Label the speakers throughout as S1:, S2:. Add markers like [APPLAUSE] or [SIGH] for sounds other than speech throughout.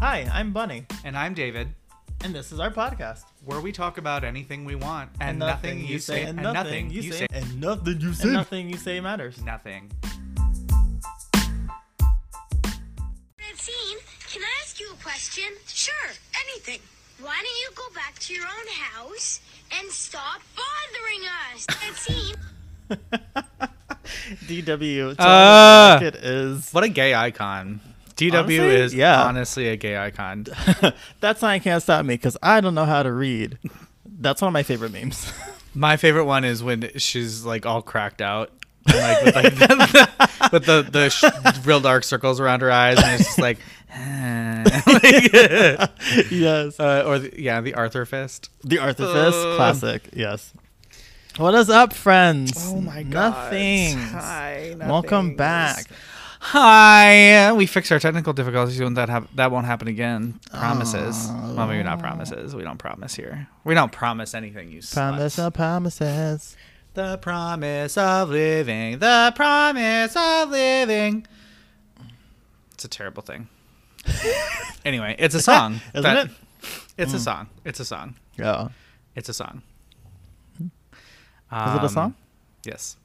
S1: Hi, I'm Bunny,
S2: And I'm David,
S1: and this is our podcast.
S2: where we talk about anything we want and, nothing, you say,
S1: and nothing you say, and nothing you say,
S2: say.
S1: and nothing you say matters.
S2: nothing.
S3: Francine, can I ask you a question? Sure, anything. Why don't you go back to your own house and stop bothering us? Francine.
S1: DW, tell
S2: Ah.
S1: us what it is. [LAUGHS]
S2: What a gay icon. DW
S1: Honestly?
S2: is
S1: Yeah.
S2: honestly a gay icon.
S1: That sign can't stop me because I don't know how to read. That's one of my favorite memes.
S2: My favorite one is when she's like all cracked out. and, like with, like, [LAUGHS] the, with the the sh- real dark circles around her eyes, and it's
S1: [LAUGHS]
S2: just like,
S1: [LAUGHS]
S2: [LAUGHS]
S1: yes. Um.
S2: uh, or the, yeah, the Arthur fist.
S1: [LAUGHS] The Arthur Fist,
S2: Uh.
S1: classic. Yes. What is up, friends? Nothing.
S2: Hi.
S1: Welcome back.
S2: Hi. uh, We fixed our technical difficulties, and that hap- that won't happen again. Promises. Well, maybe not promises. We don't promise here. We don't promise anything. You
S1: Promise
S2: sluts.
S1: of promises.
S2: The promise of living. The promise of living. It's a
S1: [LAUGHS]
S2: terrible thing. anyway, it's a song.
S1: Isn't
S2: that-
S1: it? Mm.
S2: It's a song. It's a song.
S1: Yeah.
S2: It's a song.
S1: Is it a
S2: Um,
S1: song?
S2: Yes.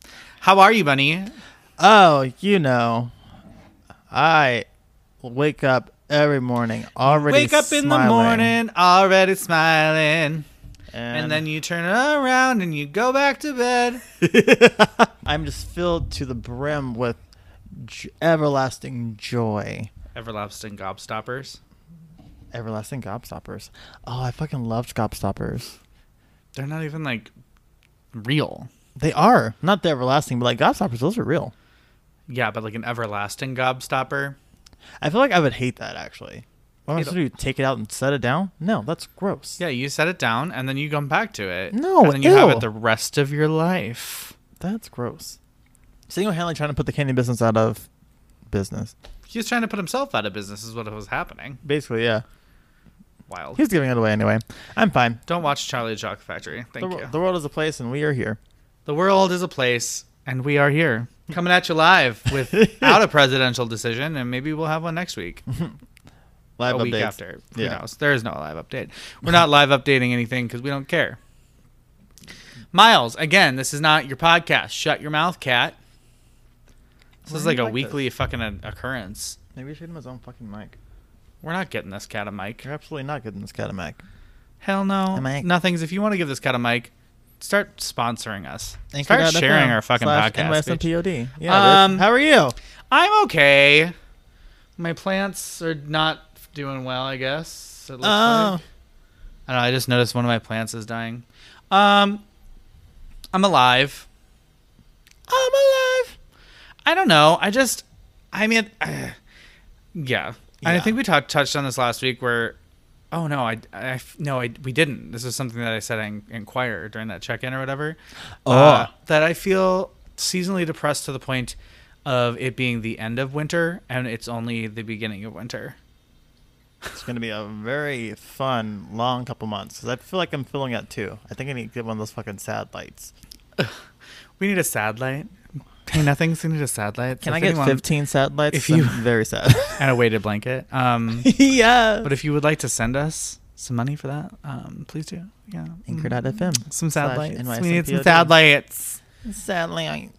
S2: How are you, Bunny?
S1: Oh, you know, I wake up every morning already.
S2: Wake up in the
S1: smiling,
S2: morning, already smiling.
S1: and,
S2: And then you turn around and you go back to bed.
S1: [LAUGHS] I'm just filled to the brim with j- everlasting joy.
S2: Everlasting gobstoppers.
S1: Everlasting gobstoppers. Oh, I fucking loved gobstoppers.
S2: They're not even like real.
S1: They are not the everlasting, but like gobstoppers, those are real.
S2: Yeah, but like an everlasting gobstopper.
S1: I feel like I would hate that actually. What am I
S2: It'll-
S1: supposed to do? Take it out and set it down? No, that's gross.
S2: Yeah, you set it down and then you come back to it.
S1: No,
S2: and then you have
S1: ew.
S2: it the rest of your life.
S1: That's gross. Single-handedly trying to put the candy business out of business.
S2: He was trying to put himself out of business, is what was happening.
S1: Basically, yeah.
S2: Wild.
S1: He's giving it away anyway. I'm fine.
S2: Don't watch Charlie and the Chocolate Factory. Thank
S1: The,
S2: you.
S1: wor- the world is a place, and we are here.
S2: The world is a place, and we are [LAUGHS] here coming at you live [LAUGHS] without a presidential decision, and maybe we'll have one next week,
S1: Live
S2: a week
S1: updates.
S2: after. Who
S1: Yeah.
S2: knows? There is no live update. We're not live updating anything because we don't care. Miles, again, this is not your podcast. Shut your mouth, cat. This
S1: Why
S2: is
S1: do
S2: like
S1: you
S2: a
S1: like
S2: weekly fucking uh, occurrence.
S1: Maybe we should get him his own fucking mic.
S2: We're not getting this cat a mic.
S1: You're absolutely not good in this cat of mic.
S2: Hell no.
S1: A mic.
S2: Nothing's. If you want to give this cat a mic, start sponsoring us.
S1: Anchor
S2: Start
S1: dot
S2: sharing
S1: FM
S2: our fucking
S1: slash
S2: podcast. bitch.
S1: NYSMPOD. Yeah.
S2: Um,
S1: bitch. How are you?
S2: I'm okay. My plants are not doing well, I guess. It looks
S1: Oh.
S2: like. I don't know. I just noticed one of my plants is dying. Um, I'm alive. I'm alive. I don't know. I just, I mean, [SIGHS] yeah. And I
S1: Yeah.
S2: think we talked touched on this last week where, oh no, I, I no, I, we didn't. This is something that I said I in- inquire during that check in or whatever.
S1: Oh.
S2: Uh, that I feel seasonally depressed to the point of it being the end of winter and it's only the beginning of winter.
S1: It's gonna be a very fun, long couple months. 'cause I feel like I'm feeling it too. I think I need to get one of those fucking sad lights.
S2: We need a sad light. Hey, nothing's gonna need a sad light.
S1: Can
S2: So
S1: I
S2: if
S1: get
S2: anyone-
S1: 15 sad lights?
S2: if you-
S1: I'm very sad.
S2: and a weighted blanket? Um,
S1: [LAUGHS] yeah.
S2: but if you would like to send us some money for that, um, please do. Yeah,
S1: Mm. Anchor.fm.
S2: some sad
S1: slash
S2: lights. We
S1: NYSMPOD.
S2: need some sad lights.
S1: Sad light.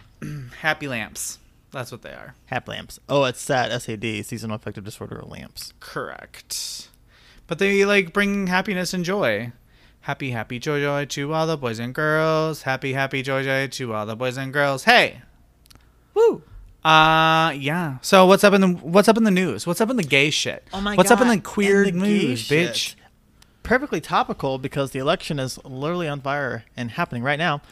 S2: Happy lamps. That's what they are.
S1: Hap lamps. Oh, it's sad. SAD. Seasonal affective disorder of lamps.
S2: Correct. But they like bring happiness and joy. Happy, happy, joy, joy to all the boys and girls. Happy, happy, joy, joy to all the boys and girls. Hey. Woo. Uh yeah. So what's up in the what's up in the news? What's up in the gay shit?
S1: Oh my
S2: what's up in
S1: God,
S2: the queer
S1: and the gay
S2: news,
S1: shit.
S2: bitch?
S1: perfectly topical because the election is literally on fire and happening right now.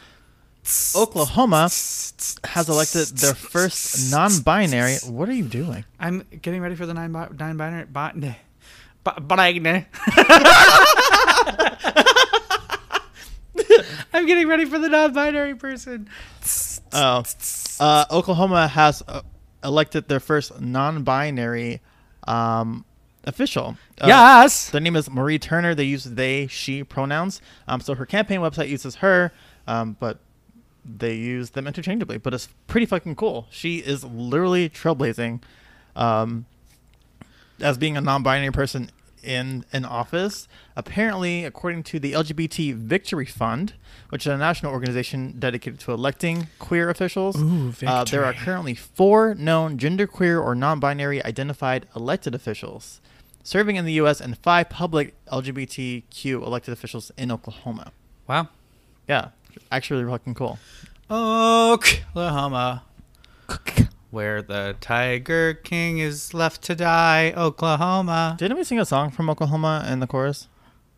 S1: Oklahoma has elected their first non-binary. What are you doing?
S2: [LAUGHS] I'm getting ready for the nine bi- [LAUGHS] nine binary bot. But but I [LAUGHS] I'm getting ready for the non-binary person.
S1: Oh, uh, Oklahoma has uh, elected their first non-binary um, official. Uh,
S2: yes.
S1: Their name is Marie Turner. They use they, she pronouns. Um, so her campaign website uses her, um, but they use them interchangeably. But it's pretty fucking cool. She is literally trailblazing. Um, as being a non-binary person in an office. Apparently, according to the LGBT Victory Fund, which is a national organization dedicated to electing queer officials,
S2: Ooh,
S1: uh, there are
S2: victory.
S1: currently four known genderqueer or non-binary identified elected officials serving in the U.S. and five public LGBTQ elected officials in Oklahoma.
S2: Wow.
S1: Yeah, actually fucking
S2: [LAUGHS]
S1: cool.
S2: Oklahoma, where the Tiger King is left to die. Oklahoma.
S1: Didn't we sing a song from Oklahoma in the chorus?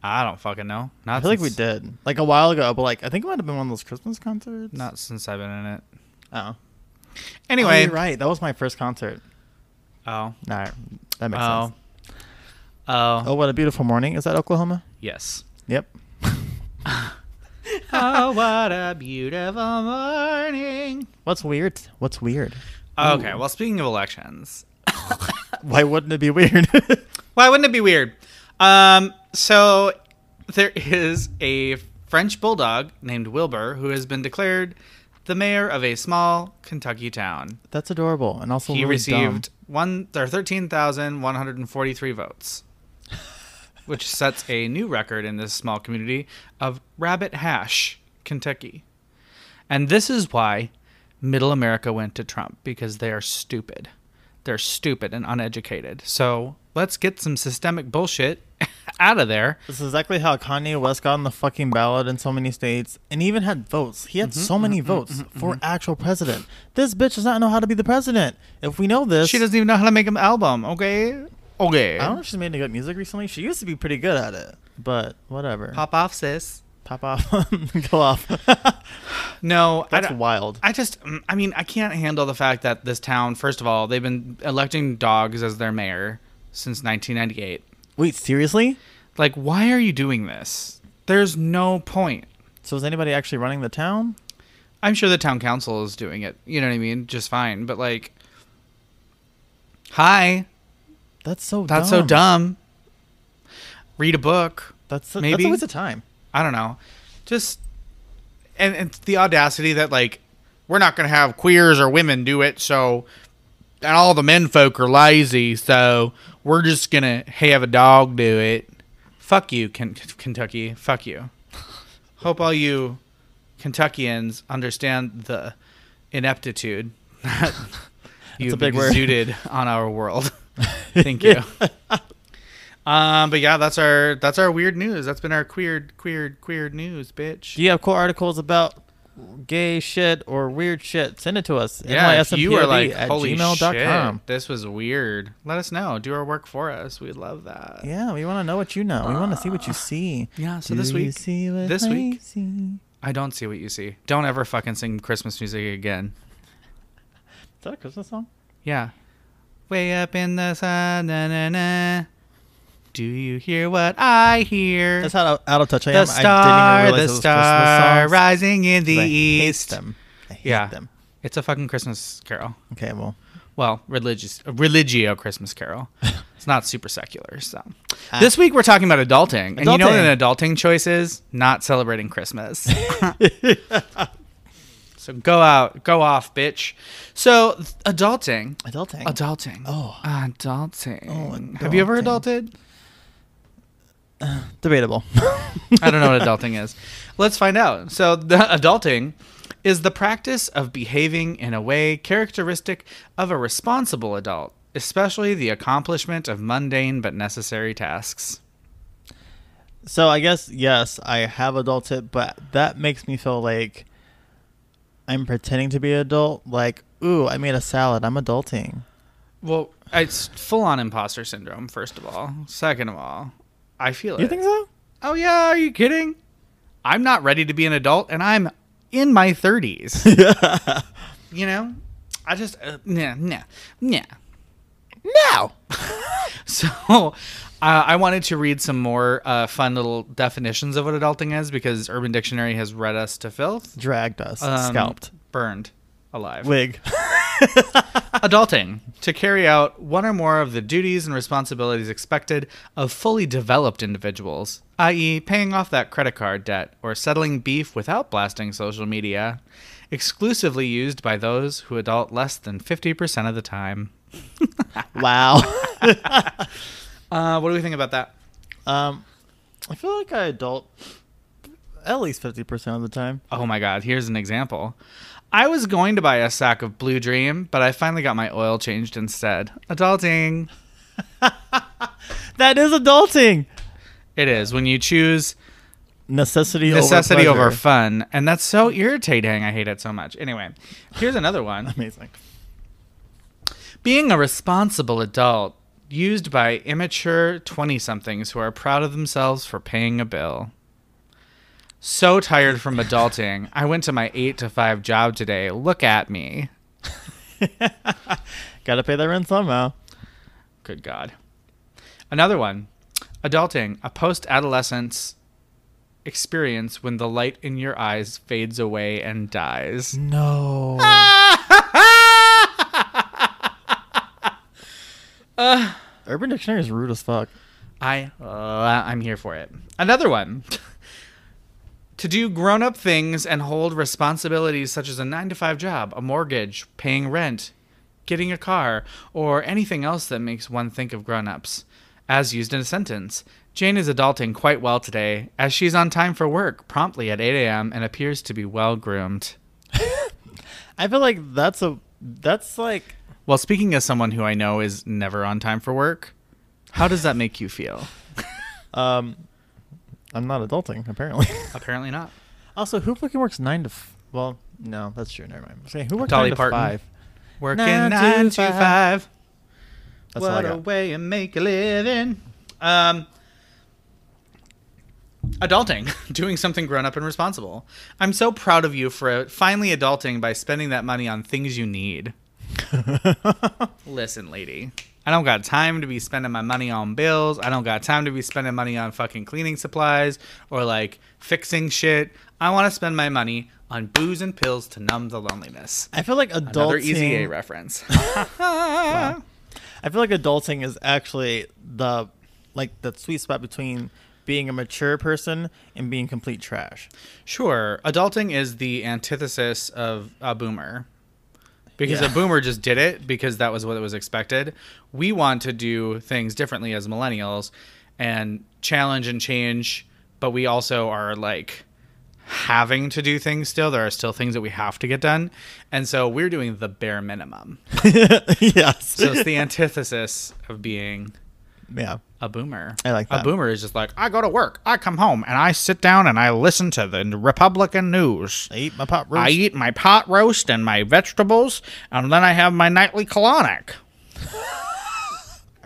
S2: I don't fucking know. Not
S1: I feel like we
S2: since-
S1: did, like a while ago, but like I think it might have been one of those Christmas concerts.
S2: Not since I've been in it.
S1: Oh. Oh,
S2: Anyway.
S1: you're right. That was my first concert.
S2: Oh.
S1: Nah, that makes
S2: Oh.
S1: sense.
S2: Oh.
S1: Oh, what a beautiful morning. Is that Oklahoma?
S2: Yes.
S1: Yep.
S2: oh, what a beautiful morning.
S1: What's weird? What's weird?
S2: Okay. Well, speaking of elections,
S1: [LAUGHS] Why wouldn't it be weird? [LAUGHS]
S2: Why wouldn't it be weird? Um, so there is a French bulldog named Wilbur who has been declared the mayor of a small Kentucky town.
S1: That's adorable and also
S2: He
S1: really
S2: received one or thirteen thousand one hundred and forty-three [LAUGHS] votes, which sets a new record in this small community of Rabbit Hash, Kentucky. And this is why Middle America went to Trump because they are stupid. They're stupid and uneducated. So let's get some systemic bullshit [LAUGHS] out of there.
S1: This is exactly how Kanye West got on the fucking ballot in so many states and even had votes. He had
S2: Mm-hmm,
S1: so many votes for actual president. This bitch does not know how to be the president. If we know this,
S2: She doesn't even know how to make an album. Okay, okay.
S1: I don't know if she's made any good music recently. She used to be pretty good at it, but whatever.
S2: Pop off, sis.
S1: Pop off, [LAUGHS] go
S2: [LAUGHS]
S1: off.
S2: No, I
S1: That's
S2: don't-
S1: wild.
S2: I just, mm, I mean, I can't handle the fact that this town, first of all, they've been electing dogs as their mayor since 1998.
S1: Wait, seriously?
S2: Like, why are you doing this? There's no point.
S1: So is anybody actually running the town?
S2: I'm sure the town council is doing it, you know what I mean? Just fine. But, like, hi,
S1: That's so.
S2: that's
S1: dumb.
S2: so dumb. Read a book.
S1: That's a,
S2: Maybe.
S1: that's a waste of time.
S2: I don't know. Just, and it's the audacity that, like, we're not going to have queers or women do it, so, and all the men folk are lazy, so we're just going to have a dog do it. Fuck you, Ken- Kentucky. Fuck you. Hope all you Kentuckians understand the ineptitude [LAUGHS]
S1: [LAUGHS]
S2: that you've
S1: a big word.
S2: exuded on
S1: [LAUGHS]
S2: our world. Thank you. Um, but yeah, that's our that's our weird news. That's been our queer queer queer news, bitch.
S1: Do you have cool articles about gay shit or weird shit? Send it to us.
S2: yeah, if you are
S1: NYSMPOD
S2: like
S1: at
S2: holy
S1: gmail.com.
S2: shit, this was weird. Let us know. Do our work for us. We'd love that.
S1: Yeah, we want to know what you know. We want to see what you see.
S2: yeah, so
S1: Do
S2: this
S1: you
S2: week-
S1: see what
S2: this
S1: I
S2: week-
S1: see?
S2: I don't see what you see. Don't ever fucking sing Christmas music again.
S1: Is that a Christmas song?
S2: Yeah. Way up in the sun, na na na. Do you hear what I hear?
S1: That's how out, out of touch I
S2: the
S1: am. I
S2: star,
S1: didn't even
S2: the
S1: realize it was Christmas
S2: star
S1: songs.
S2: rising in the
S1: 'cause I hate
S2: east.
S1: them. I hate
S2: Yeah.
S1: them.
S2: It's a fucking Christmas carol.
S1: Okay, well,
S2: well, religious, a religio Christmas carol. It's not super secular. So
S1: Ah.
S2: this week we're talking about adulting, and you know what an adulting choice is? Not celebrating Christmas. [LAUGHS] so go out, go off, bitch. So th- adulting,
S1: adulting.
S2: adulting,
S1: Oh.
S2: adulting.
S1: Oh,
S2: Have you ever
S1: adulting.
S2: adulted?
S1: [LAUGHS] Debatable.
S2: I don't know what adulting is. Let's find out. So, the [LAUGHS] adulting is the practice of behaving in a way characteristic of a responsible adult, especially the accomplishment of mundane but necessary tasks.
S1: So I guess yes, I have adulted, but that makes me feel like I'm pretending to be an adult. Like, ooh, I made a salad. I'm adulting.
S2: Well, it's full on imposter syndrome, first of all. Second of all, I feel
S1: You
S2: it.
S1: think [LAUGHS] so?
S2: Oh, yeah, are you kidding? I'm not ready to be an adult, and I'm in my 30s. [LAUGHS] you know? I just, uh, nah, nah, nah.
S1: No.
S2: So, [LAUGHS] uh, I wanted to read some more uh, fun little definitions of what adulting is because Urban Dictionary has read us to filth,
S1: Dragged us,
S2: Um,
S1: scalped,
S2: burned alive.
S1: wig.
S2: Adulting to carry out one or more of the duties and responsibilities expected of fully developed individuals, i.e., paying off that credit card debt or settling beef without blasting social media, exclusively used by those who adult less than 50% of the time.
S1: [LAUGHS] wow. [LAUGHS]
S2: Uh, what do we think about that?
S1: Um, I feel like I adult at least fifty percent of the time.
S2: Oh my God, here's an example. I was going to buy a sack of Blue Dream, but I finally got my oil changed instead. Adulting.
S1: That is adulting.
S2: It is when you choose
S1: Necessity,
S2: necessity
S1: over,
S2: over
S1: pleasure.
S2: fun, and that's so irritating. I hate it so much. Anyway, here's another one.
S1: [LAUGHS] Amazing.
S2: Being a responsible adult used by immature 20 somethings who are proud of themselves for paying a bill. So tired from adulting. I went to my 8 to 5 job today. Look at me.
S1: Got to pay that rent somehow.
S2: Good God. Another one. Adulting, a post adolescence experience when the light in your eyes fades away and dies. [LAUGHS]
S1: No. Urban Dictionary is rude as fuck.
S2: I uh, I'm here for it. Another one. to do grown-up things and hold responsibilities such as a 9 to 5 job, a mortgage, paying rent, getting a car, or anything else that makes one think of grown-ups. As used in a sentence, Jane is adulting quite well today, as she's on time for work promptly at 8 a.m. and appears to be well groomed.
S1: I feel like that's a that's like
S2: Well, speaking as someone who I know is never on time for work, how does that make you feel?
S1: um I'm not adulting [LAUGHS] apparently. [LAUGHS]
S2: Apparently not.
S1: also, who fucking works 9 to f- well, no, that's true. Never mind. Say who works 9
S2: Dolly
S1: to
S2: Parton.
S1: 5?
S2: Working
S1: Nine to
S2: nine to
S1: five.
S2: five.
S1: That's all I
S2: what a
S1: got.
S2: way to make a living. Um, adulting, [LAUGHS] doing something grown up and responsible. I'm so proud of you for uh, finally adulting by spending that money on things
S1: [LAUGHS]
S2: you need. Listen, lady, I don't got time to be spending my money on bills. I don't got time to be spending money on fucking cleaning supplies or like fixing shit. I want to spend my money on booze and pills to numb the loneliness.
S1: I feel like
S2: Another
S1: adulting
S2: Easy A reference. [LAUGHS]
S1: I feel like adulting is actually the like the sweet spot between being a mature person and being complete [LAUGHS] trash.
S2: Sure. Adulting is the antithesis of a boomer. Because
S1: Yeah.
S2: a boomer just did it because that was what was expected. We want to do things differently as millennials and challenge and change, but we also are like having to do things still. There are still things that we have to get done. And so we're doing the bare minimum.
S1: yes.
S2: So
S1: [LAUGHS]
S2: it's the antithesis of being
S1: yeah.
S2: a boomer.
S1: I like
S2: A
S1: that.
S2: boomer is just like, I go to work, I come home, and I sit down and I listen to the Republican news.
S1: I eat my pot roast.
S2: I eat my pot roast and my vegetables, and then I have my nightly colonic.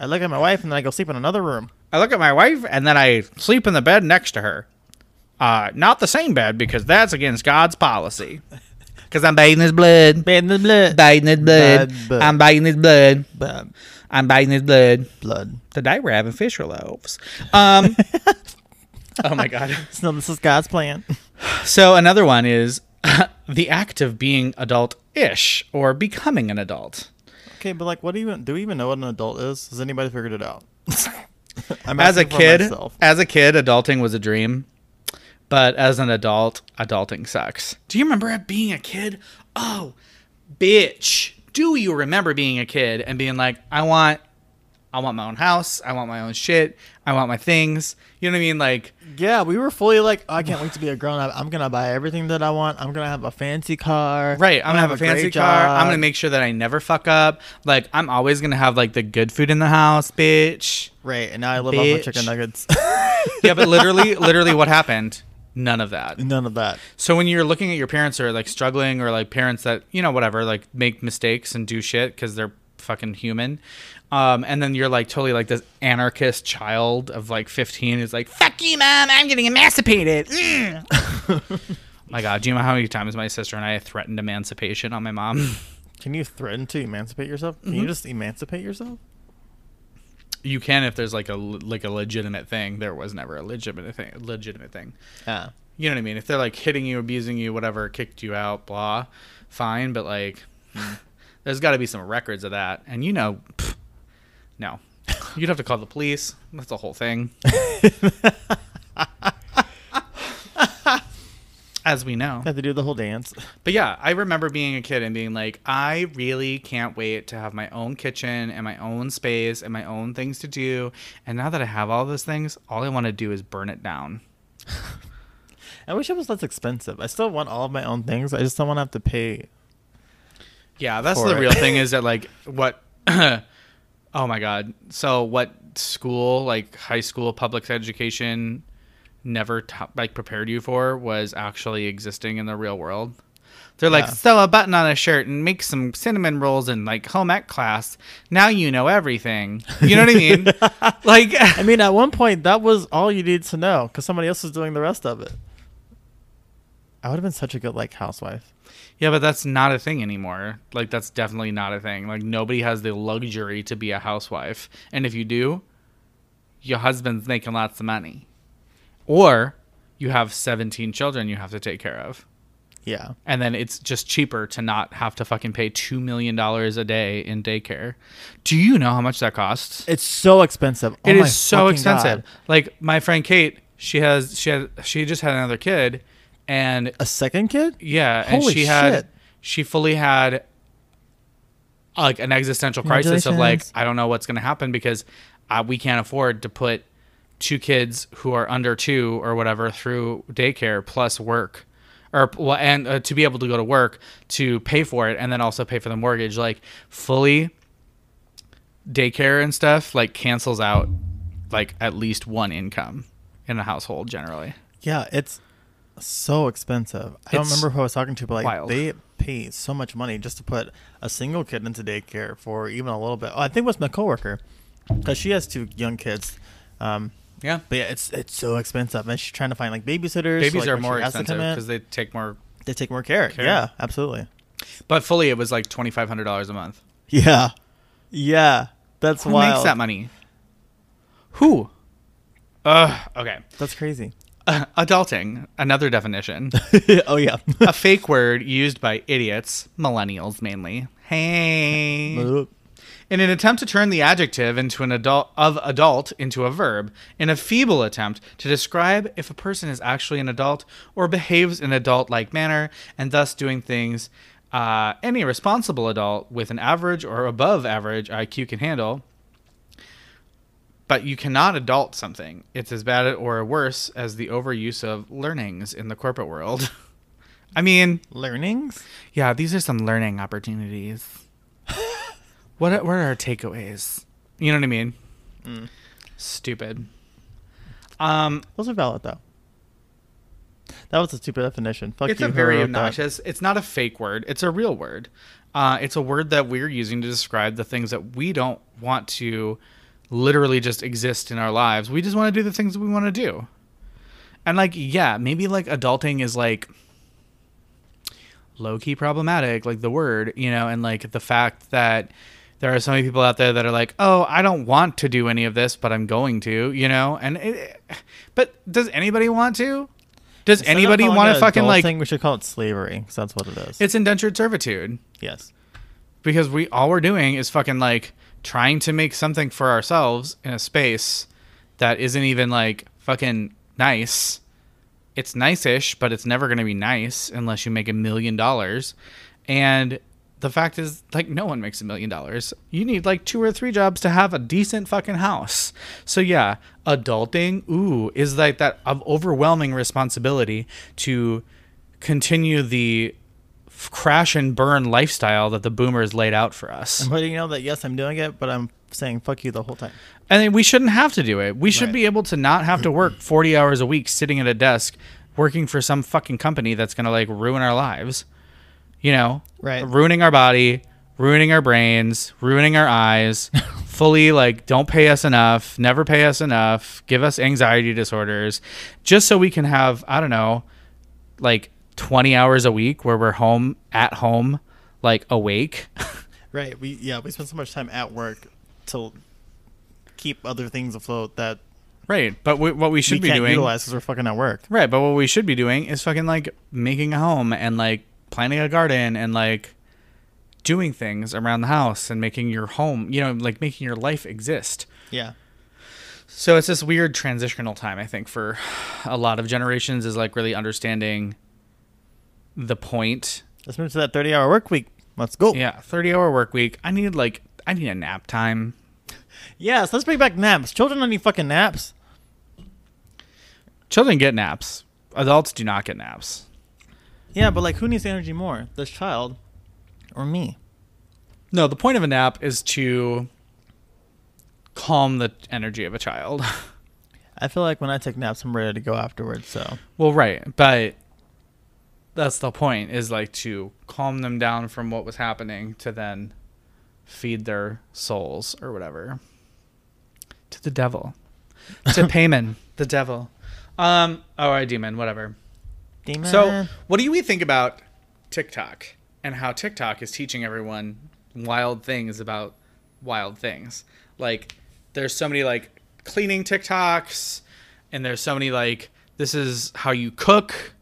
S1: I look at my wife and then I go sleep in another room.
S2: I look at my wife, and then I sleep in the bed next to her. Uh, not the same bed because that's against God's [LAUGHS] policy. Because I'm bathing his blood.
S1: Bad the blood.
S2: Bathing his blood.
S1: Bad blood.
S2: I'm bathing his blood.
S1: Bad
S2: I'm bathing his blood.
S1: blood.
S2: Today we're having fish loaves. Um, [LAUGHS] oh my God.
S1: So this is God's plan.
S2: [LAUGHS] So another one is [LAUGHS] the act of being adult-ish or becoming an adult.
S1: Okay, but like, what do you even do? We even know what an adult is? Has anybody figured it out? [LAUGHS] I'm
S2: As a
S1: asking for
S2: kid,
S1: myself.
S2: as a kid, adulting was a dream, but as an adult, adulting sucks. Do you remember being a kid? Oh, bitch! Do you remember being a kid and being like, I want, I want my own house, I want my own shit, I want my things. You know what I mean? Like,
S1: yeah, we were fully like, oh, I can't wait to be a grown up. I'm gonna buy everything that I want. I'm gonna have a fancy car.
S2: Right. I'm gonna have a fancy
S1: great
S2: car. I'm gonna
S1: job."
S2: make sure that I never fuck up. Like I'm always gonna have like the good food in the house, bitch.
S1: Right, and now I live off of
S2: Bitch.
S1: chicken
S2: [LAUGHS]
S1: nuggets.
S2: Yeah, but literally, literally, what happened? None of that.
S1: None of that.
S2: So when you're looking at your parents who are like struggling or like parents that you know whatever like make mistakes and do shit because they're fucking human, um, and then you're like totally like this anarchist child of like 15 is like fuck you, mom, I'm getting emancipated. Mm. [LAUGHS] my God, do you know how many times my sister and I threatened emancipation on my mom? [LAUGHS]
S1: Can you threaten to emancipate yourself?
S2: Mm-hmm.
S1: Can you just emancipate yourself?
S2: You can if there's like a le- like a legitimate thing. There was never a legitimate thing. Legitimate thing.
S1: Yeah.
S2: You know what I mean? If they're like hitting you, abusing you, whatever, kicked you out, blah, fine. But like, hmm, [LAUGHS] there's got to be some records of that. And you know, pff, no, you'd have to call the police. That's a whole thing. [LAUGHS] as we know.
S1: Had to do the whole dance. [LAUGHS]
S2: But yeah, I remember being a kid and being like, I really can't wait to have my own kitchen and my own space and my own things to do. And now that I have all those things, all I want to do is burn it down.
S1: I wish it was less expensive. I still want all of my own things. I just don't want to have to pay.
S2: Yeah, that's
S1: For
S2: the
S1: it.
S2: real thing is that like what [CLEARS THROAT] Oh my god. So what school, like high school public education never ta like prepared you for was actually existing in the real world. They're like
S1: Yeah.
S2: sew a button on a shirt and make some cinnamon rolls in like home ec class. Now you know everything. You know what I mean?
S1: [LAUGHS]
S2: like [LAUGHS]
S1: I mean, at one point, that was all you needed to know because somebody else was doing the rest of it. I would have been such a good like housewife.
S2: Yeah, but that's not a thing anymore. Like that's definitely not a thing. Like nobody has the luxury to be a housewife. And if you do, your husband's making lots of money. Or you have 17 children you have to take care of.
S1: Yeah,
S2: And then it's just cheaper to not have to fucking pay 2 million dollars a day in daycare. Do you know how much that costs?
S1: it's so expensive. Oh
S2: It is
S1: my
S2: so
S1: fucking
S2: expensive.
S1: God.
S2: Like my friend Kate, she has she had she just had another kid and
S1: A second kid?
S2: yeah, and
S1: Holy
S2: she had
S1: shit.
S2: she fully had like an existential crisis of like
S1: Congratulations.
S2: I don't know what's going to happen because uh, we can't afford to put two kids who are under two or whatever through daycare plus work or well and uh, to be able to go to work to pay for it and then also pay for the mortgage like fully daycare and stuff like cancels out like at least one income in a household generally
S1: Yeah, it's so expensive. I don't
S2: It's
S1: remember who I was talking to, but like
S2: wild.
S1: they pay so much money just to put a single kid into daycare for even a little bit. Oh, I think it was my coworker because she has two young kids. Um,
S2: yeah
S1: but yeah, it's it's so expensive, and she's trying to find like babysitters.
S2: babies
S1: like,
S2: are
S1: when she
S2: more
S1: has to come
S2: expensive
S1: in,
S2: because they take more
S1: they take more care.
S2: Care.
S1: Yeah, absolutely.
S2: But fully, it was like twenty five hundred dollars a month.
S1: Yeah, yeah, that's
S2: Who
S1: wild.
S2: makes that money? Who? Ugh. Okay. [LAUGHS]
S1: That's crazy.
S2: Uh, adulting, another [LAUGHS] definition,
S1: oh yeah,
S2: a fake word used by idiots, millennials mainly. Hey. In an attempt to turn the adjective into an adult of adult into a verb, in a feeble attempt to describe if a person is actually an adult or behaves in an adult-like manner, and thus doing things uh, any responsible adult with an average or above average IQ can handle. But you cannot adult something. It's as bad or worse as the overuse of learnings in the corporate world. [LAUGHS] I mean,
S1: learnings.
S2: yeah, these are some learning opportunities. what are, what are our takeaways? You know what I mean? Stupid. Um,
S1: Those are valid though. That was a stupid definition. Fuck
S2: it's
S1: you.
S2: a
S1: who
S2: very
S1: wrote that.
S2: obnoxious. It's not a fake word. It's a real word. Uh, it's a word that we're using to describe the things that we don't want to literally just exist in our lives. We just want to do the things that we want to do. And like, yeah, maybe like adulting is like low key problematic, like the word, you know, and like the fact that there are so many people out there that are like, oh, I don't want to do any of this, but I'm going to, you know, and it, but does anybody want to? Does
S1: Instead of
S2: anybody
S1: calling
S2: want
S1: it
S2: to fucking like
S1: adulting, we should call it slavery because that's what it is.
S2: it's indentured servitude
S1: yes.
S2: because we all we're doing is fucking like trying to make something for ourselves in a space that isn't even like fucking nice. It's nice-ish, but it's never going to be nice unless you make a million dollars. And the fact is like no one makes a million dollars. You need like two or three jobs to have a decent fucking house. So yeah, adulting ooh is like that of overwhelming responsibility to continue the f- crash and burn lifestyle that the boomers laid out for us.
S1: But you know that yes, I'm doing it, but I'm saying fuck you the whole time.
S2: And then we shouldn't have to do it. We should
S1: Right.
S2: be able to not have to work [CLEARS THROAT] 40 hours a week sitting at a desk working for some fucking company that's going to like ruin our lives. You know,
S1: Right.
S2: ruining our body, ruining our brains, ruining our
S1: [LAUGHS]
S2: eyes, fully like don't pay us enough, never pay us enough, give us anxiety disorders just so we can have, I don't know, like 20 hours a week where we're home at home like awake.
S1: Right. We yeah, we spend so much time at work to keep other things afloat that
S2: right. But we, what we should
S1: we
S2: be
S1: can't
S2: doing
S1: utilize because we're fucking at work.
S2: Right, but what we should be doing is fucking like making a home and like planting a garden and like doing things around the house and making your home, you know, like making your life exist.
S1: Yeah.
S2: So it's this weird transitional time, I think, for a lot of generations is like really understanding the point.
S1: Let's move to that 30 hour work week. Let's go.
S2: Yeah, 30 hour work week. I need like I need a nap time.
S1: Yes, let's bring back naps. Children don't need fucking naps.
S2: Children get naps. Adults do not get naps.
S1: Yeah, but like, who needs the energy more? This child or me?
S2: No, the point of a nap is to calm the energy of a child. [LAUGHS]
S1: I feel like when I take naps, I'm ready to go afterwards. So,
S2: well, right, but that's the point is like to calm them down from what was happening to then feed their souls or whatever to the devil. To payment, the devil. Um, or a demon, whatever.
S1: Demon.
S2: So, what do we think about TikTok and how TikTok is teaching everyone wild things about wild things? Like, there's so many like cleaning TikToks, and there's so many like this is how you cook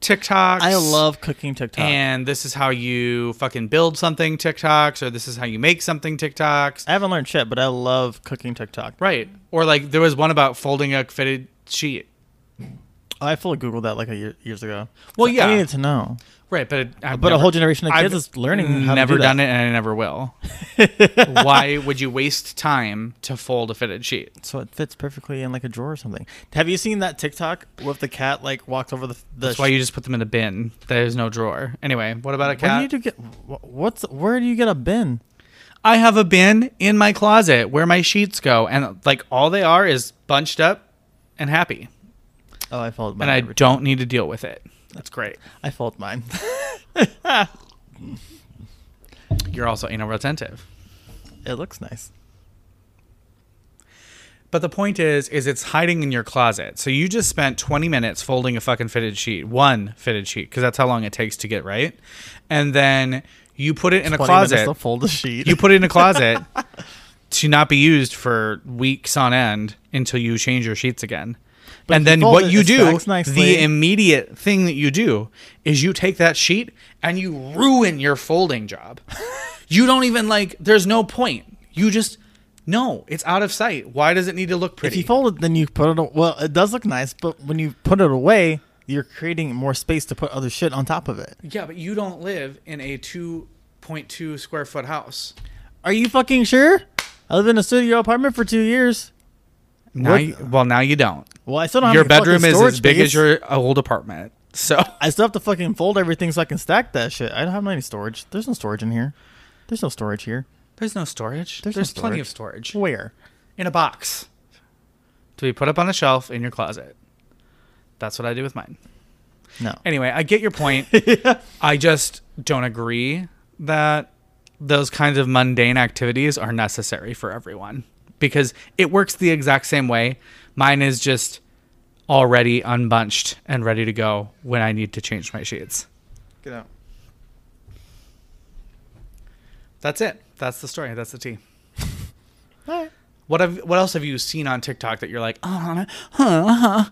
S2: TikToks.
S1: I love cooking TikTok.
S2: And this is how you fucking build something TikToks, or this is how you make something TikToks.
S1: I haven't learned shit, but I love cooking TikTok.
S2: Right. Or like there was one about folding a fitted sheet.
S1: I fully googled that like a year, years ago.
S2: Well,
S1: So
S2: yeah.
S1: I needed to know.
S2: Right, but it, I've
S1: But a
S2: never-
S1: whole generation of
S2: I've
S1: kids is learning how
S2: never
S1: to do
S2: done
S1: that.
S2: it, and I
S1: [LAUGHS]
S2: never will. Why would you waste time to fold a fitted sheet?
S1: So it fits perfectly in like a drawer or something. Have you seen that TikTok with the cat like walks over the the?
S2: That's why you just put them in a bin. There's no drawer. Anyway, what about
S1: Where
S2: a
S1: do
S2: cat?
S1: you do get? wh- What's where do you get a bin?
S2: I have a bin in my closet where my sheets go, and like all they are is bunched up and happy,
S1: Oh, I followed mine.
S2: and I
S1: every-
S2: don't need to deal with it. That's great.
S1: I followed mine. [LAUGHS]
S2: You're also anal retentive.
S1: it looks nice.
S2: But the point is, is it's hiding in your closet. So you just spent 20 minutes folding a fucking fitted sheet, one fitted sheet, because that's how long it takes to get right. And then you put it in a
S1: 20 minutes
S2: closet.
S1: to fold a sheet.
S2: You put it in a closet [LAUGHS] to not be used for weeks on end until you change your sheets again. and
S1: if you
S2: then
S1: fold
S2: what
S1: it,
S2: you
S1: it
S2: do,
S1: stacks nicely.
S2: the immediate thing that you do is you take that sheet and you ruin your
S1: [LAUGHS]
S2: folding job. you don't even like, there's no point. You just, no, it's out of sight. Why does it need to look
S1: if
S2: pretty?
S1: you fold it, then you put it. a- Well, it does look nice, but when you put it away, you're creating more space to put other shit on top of it.
S2: yeah, but you don't live in a 2.2 square foot house.
S1: Are you fucking sure? I live in a studio apartment for two years.
S2: Now
S1: What-
S2: you, well, now you don't.
S1: Well, I still don't.
S2: Your
S1: have any fucking
S2: bedroom is
S1: storage
S2: as big
S1: space.
S2: as your old apartment. So.
S1: I still have to fucking fold everything so I can stack that shit. I don't have any storage. There's no storage in here. There's no storage here.
S2: There's no storage.
S1: There's
S2: There's,
S1: no
S2: plenty of storage
S1: Where?
S2: in a box to be put up on a shelf in your closet. That's what I do with mine.
S1: No.
S2: Anyway, I get
S1: [LAUGHS]
S2: your point. I just don't agree that those kinds of mundane activities are necessary for everyone because it works the exact same way. Mine is just already unbunched and ready to go when I need to change my sheets.
S1: Get out.
S2: That's it. That's the story. That's the tea.
S1: All right.
S2: What have what else have you seen on TikTok that you're like, oh,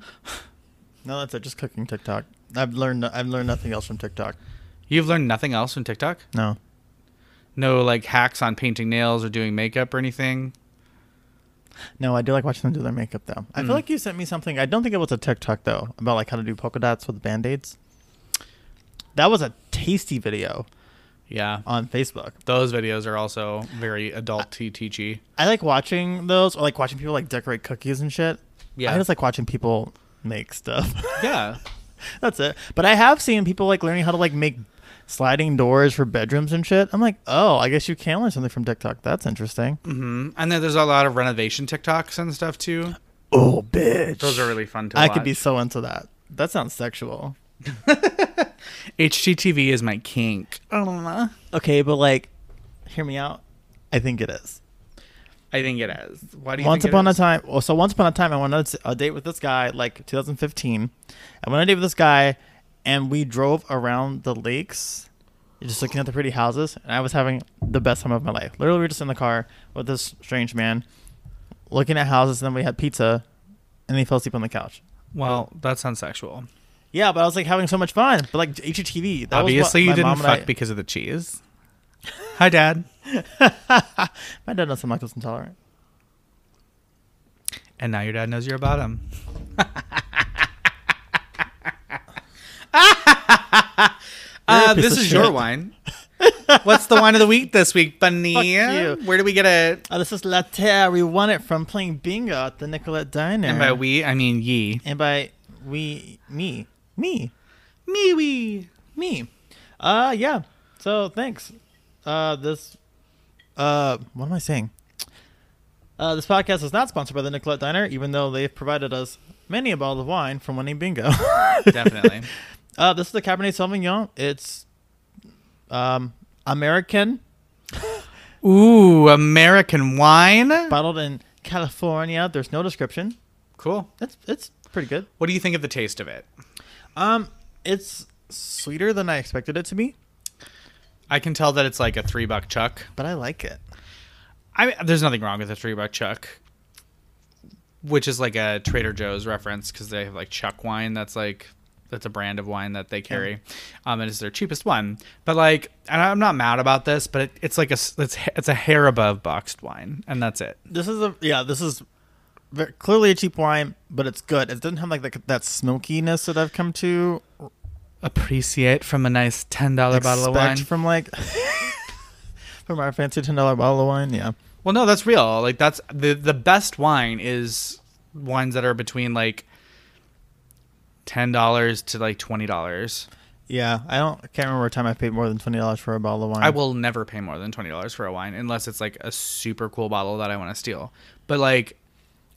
S1: No, that's it. Just cooking TikTok. I've learned. I've learned nothing else from TikTok.
S2: You've learned nothing else from TikTok?
S1: No.
S2: No like hacks on painting nails or doing makeup or anything?
S1: No, I do like watching them do their makeup though. I
S2: Hmm.
S1: feel like you sent me something. I don't think it was a TikTok though about like how to do polka dots with band aids. That was a tasty video
S2: Yeah.
S1: on Facebook.
S2: Those videos are also very adult teachy.
S1: I like watching those or like watching people like decorate cookies and shit.
S2: Yeah.
S1: I just like watching people make stuff. [LAUGHS]
S2: Yeah.
S1: That's it. But I have seen people like learning how to like make sliding doors for bedrooms and shit. I'm like, oh, I guess you can learn something from TikTok. That's interesting.
S2: Mm. Mm-hmm. And then there's a lot of renovation TikToks and stuff too.
S1: Oh, bitch.
S2: Those are really fun to
S1: I
S2: watch.
S1: could be so into that. That sounds sexual.
S2: HGTV is my kink. I don't know.
S1: Okay, but like, hear me out. I think it is.
S2: I think it is. Why do you
S1: once
S2: think it
S1: upon a
S2: is?
S1: time well, so once upon a time i went on a date with this guy like 2015 i went on a date with this guy and we drove around the lakes just looking at the pretty houses and i was having the best time of my life literally we were just in the car with this strange man looking at houses and then we had pizza and then he fell asleep on the couch
S2: Well, that sounds sexual.
S1: yeah but i was like having so much fun but like hgtv that
S2: Obviously you
S1: was what my
S2: didn't
S1: mom and
S2: fuck
S1: I-
S2: because of the cheese. Hi dad.
S1: my dad knows i'm lactose intolerant
S2: And now your dad knows you're a [LAUGHS] bottom. Uh,
S1: piece
S2: this
S1: of
S2: is
S1: shit.
S2: your wine. What's the wine of the week this week, Bunny?
S1: Fuck you.
S2: Where do we get a?
S1: Oh, this is Latte. We won it from playing bingo at the Nicolette Diner.
S2: And by we, I mean ye.
S1: And by we, me, me,
S2: Me we.
S1: me. Uh, yeah. So thanks. Uh, this. Uh, what am I saying? Uh, this podcast is not sponsored by the Nicolette Diner, even though they've provided us many a bottle of wine from winning bingo. [LAUGHS]
S2: [LAUGHS] Definitely.
S1: Uh, this is the Cabernet Sauvignon. It's um, American,
S2: Ooh, American wine.
S1: bottled in California. There's no description.
S2: Cool.
S1: It's it's pretty good.
S2: What do you think of the taste of it?
S1: Um, it's sweeter than I expected it to be,
S2: I can tell that it's like a three buck chuck.
S1: but I like it.
S2: I there's nothing wrong with a three buck chuck, which is like a Trader Joe's reference because they have like Chuck wine. That's like that's a brand of wine that they carry, um, and it's their cheapest one. But like, and I'm not mad about this, but it, it's like a s- it's h- it's a hair above boxed wine, and that's it.
S1: This is a yeah. This is ve- clearly a cheap wine, but it's good. It doesn't have like the, that smokiness that I've come to
S2: Appreciate from a nice ten dollar bottle of wine.
S1: expect from like [LAUGHS] from our fancy ten dollar bottle of wine. Yeah,
S2: well, no, that's real. Like that's the the best wine is wines that are between like ten dollars to like twenty dollars.
S1: yeah. I don't I can't remember a time I paid more than twenty dollars for a bottle of wine.
S2: I will never pay more than twenty dollars for a wine unless it's like a super cool bottle that I want to steal. But like,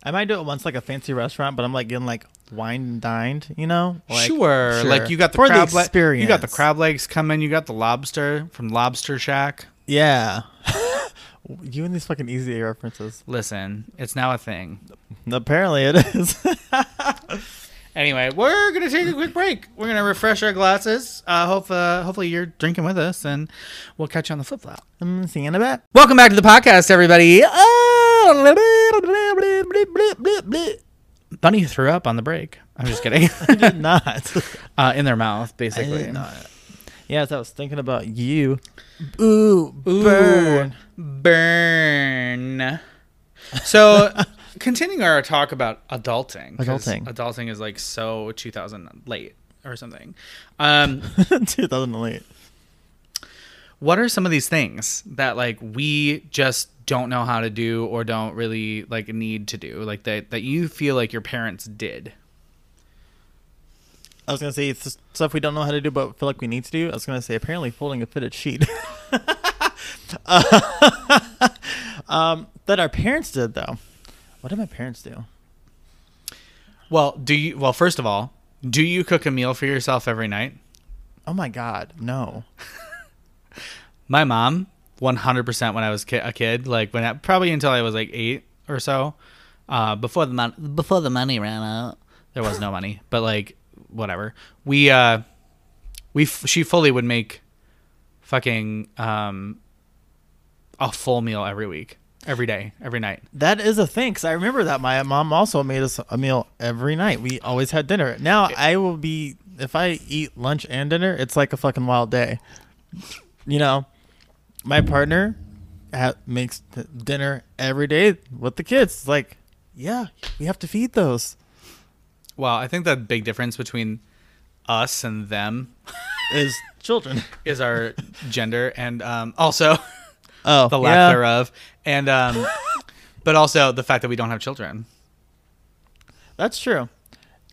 S1: I might do it once, like a fancy restaurant, but I'm like getting like wine and dined, you know? Like,
S2: sure, like you got the
S1: For
S2: crab
S1: the
S2: le-
S1: experience.
S2: you got the crab legs coming, you got the lobster from Lobster Shack.
S1: Yeah. [LAUGHS] you and these fucking easy A references.
S2: Listen, it's now a thing.
S1: Apparently it is. [LAUGHS]
S2: Anyway, we're gonna take a quick break. We're gonna refresh our glasses. Uh, hope, uh, hopefully, you're drinking with us, and we'll catch you on the flip flop.
S1: I'm seeing about.
S2: Welcome back to the podcast, everybody. Oh, Bunny threw up on the break. I'm just kidding. [LAUGHS]
S1: did [LAUGHS] not.
S2: uh, in their mouth,
S1: I
S2: basically.
S1: did not. Yes, I was thinking about you. Ooh, [LAUGHS] burn.
S2: Burn.
S1: [LAUGHS]
S2: So, continuing our talk about adulting. 'cause
S1: Adulting.
S2: Adulting is like so 2000 late or something. Um,
S1: 2008.
S2: what are some of these things that like we just don't know how to do or don't really like need to do like that that you feel like your parents did
S1: I was going to say it's just stuff we don't know how to do but feel like we need to do. I was going to say apparently folding a fitted sheet. [LAUGHS] um, that our parents did, though. What did my parents do?
S2: well do you well first of all do you cook a meal for yourself every night
S1: Oh my God, no.
S2: my mom 100% when i was ki- a kid like when I, probably until i was like eight or so uh, before the mon- before the money ran out there was no money but like whatever we uh we f- she fully would make fucking um a full meal every week every day every night
S1: That is a thing because I remember that my mom also made us a meal every night. We always had dinner. Now I will be if I eat lunch and dinner, it's like a fucking wild day. You know, my partner ha- makes th- dinner every day with the kids. It's like, yeah, we have to feed those.
S2: well i think the big difference between us and them
S1: Is children?
S2: is our gender and um also
S1: [LAUGHS]
S2: [LAUGHS]
S1: Oh,
S2: the lack thereof and um but also the fact that we don't have children
S1: That's true.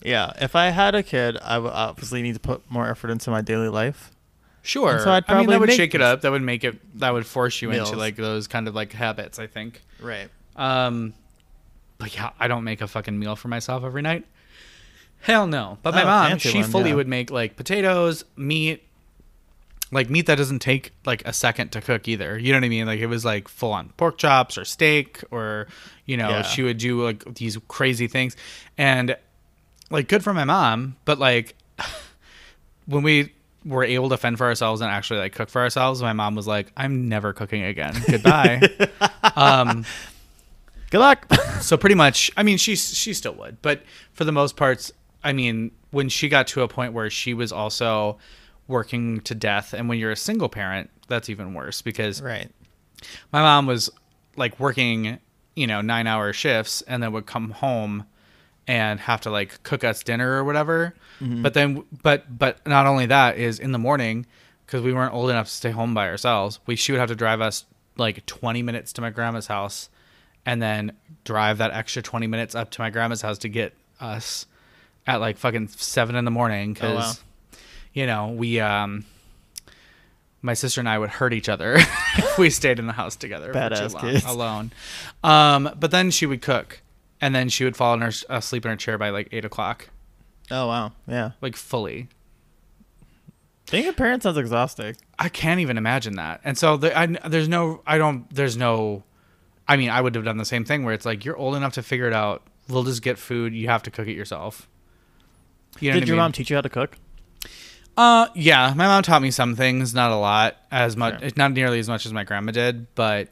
S1: Yeah, if I had a kid, I would obviously need to put more effort into my daily life.
S2: Sure.
S1: so I'd
S2: I
S1: probably
S2: mean, that would
S1: make
S2: shake it up. That would make it. That would force you
S1: Meals.
S2: into like those kind of like habits. I think.
S1: Right.
S2: Um, but yeah, I don't make a fucking meal for myself every night. Hell no. But my
S1: Oh,
S2: mom,
S1: fancy
S2: she
S1: one,
S2: fully
S1: yeah.
S2: would make like potatoes, meat, like meat that doesn't take like a second to cook either. You know what I mean? Like it was like full on pork chops or steak or you know,
S1: Yeah.
S2: she would do like these crazy things. And like good for my mom, but like [SIGHS] when we were able to fend for ourselves and actually like cook for ourselves, my mom was like, I'm never cooking again.
S1: [LAUGHS]
S2: Goodbye. um
S1: Good luck. [LAUGHS]
S2: so pretty much, I mean, she she still would, but for the most parts, I mean, when she got to a point where she was also working to death, and when you're a single parent, that's even worse because
S1: right.
S2: my mom was like working, you know, nine hour shifts, and then would come home and have to like cook us dinner or whatever. But then, but but not only that is in the morning, because we weren't old enough to stay home by ourselves, we she would have to drive us like 20 minutes to my grandma's house, and then drive that extra 20 minutes up to my grandma's house to get us at like fucking seven in the morning because
S1: wow.
S2: you know we um my sister and I would hurt each other [LAUGHS] if we stayed in the house together for too
S1: Badass
S2: long,
S1: kids.
S2: alone. Um, but then she would cook, and then she would fall in her asleep in her chair by like eight o'clock,
S1: Oh wow, yeah.
S2: like fully.
S1: Being a parent sounds exhausting.
S2: I can't even imagine that. And so the, I, there's no, I don't, there's no, I mean, I would have done the same thing where it's like you're old enough to figure it out. We'll just get food. You have to cook it yourself. You know
S1: Did
S2: what I
S1: your
S2: mean?
S1: mom teach you how to cook?
S2: Uh, yeah, my mom taught me some things, not a lot, as much,
S1: Sure.
S2: not nearly as much as my grandma did, but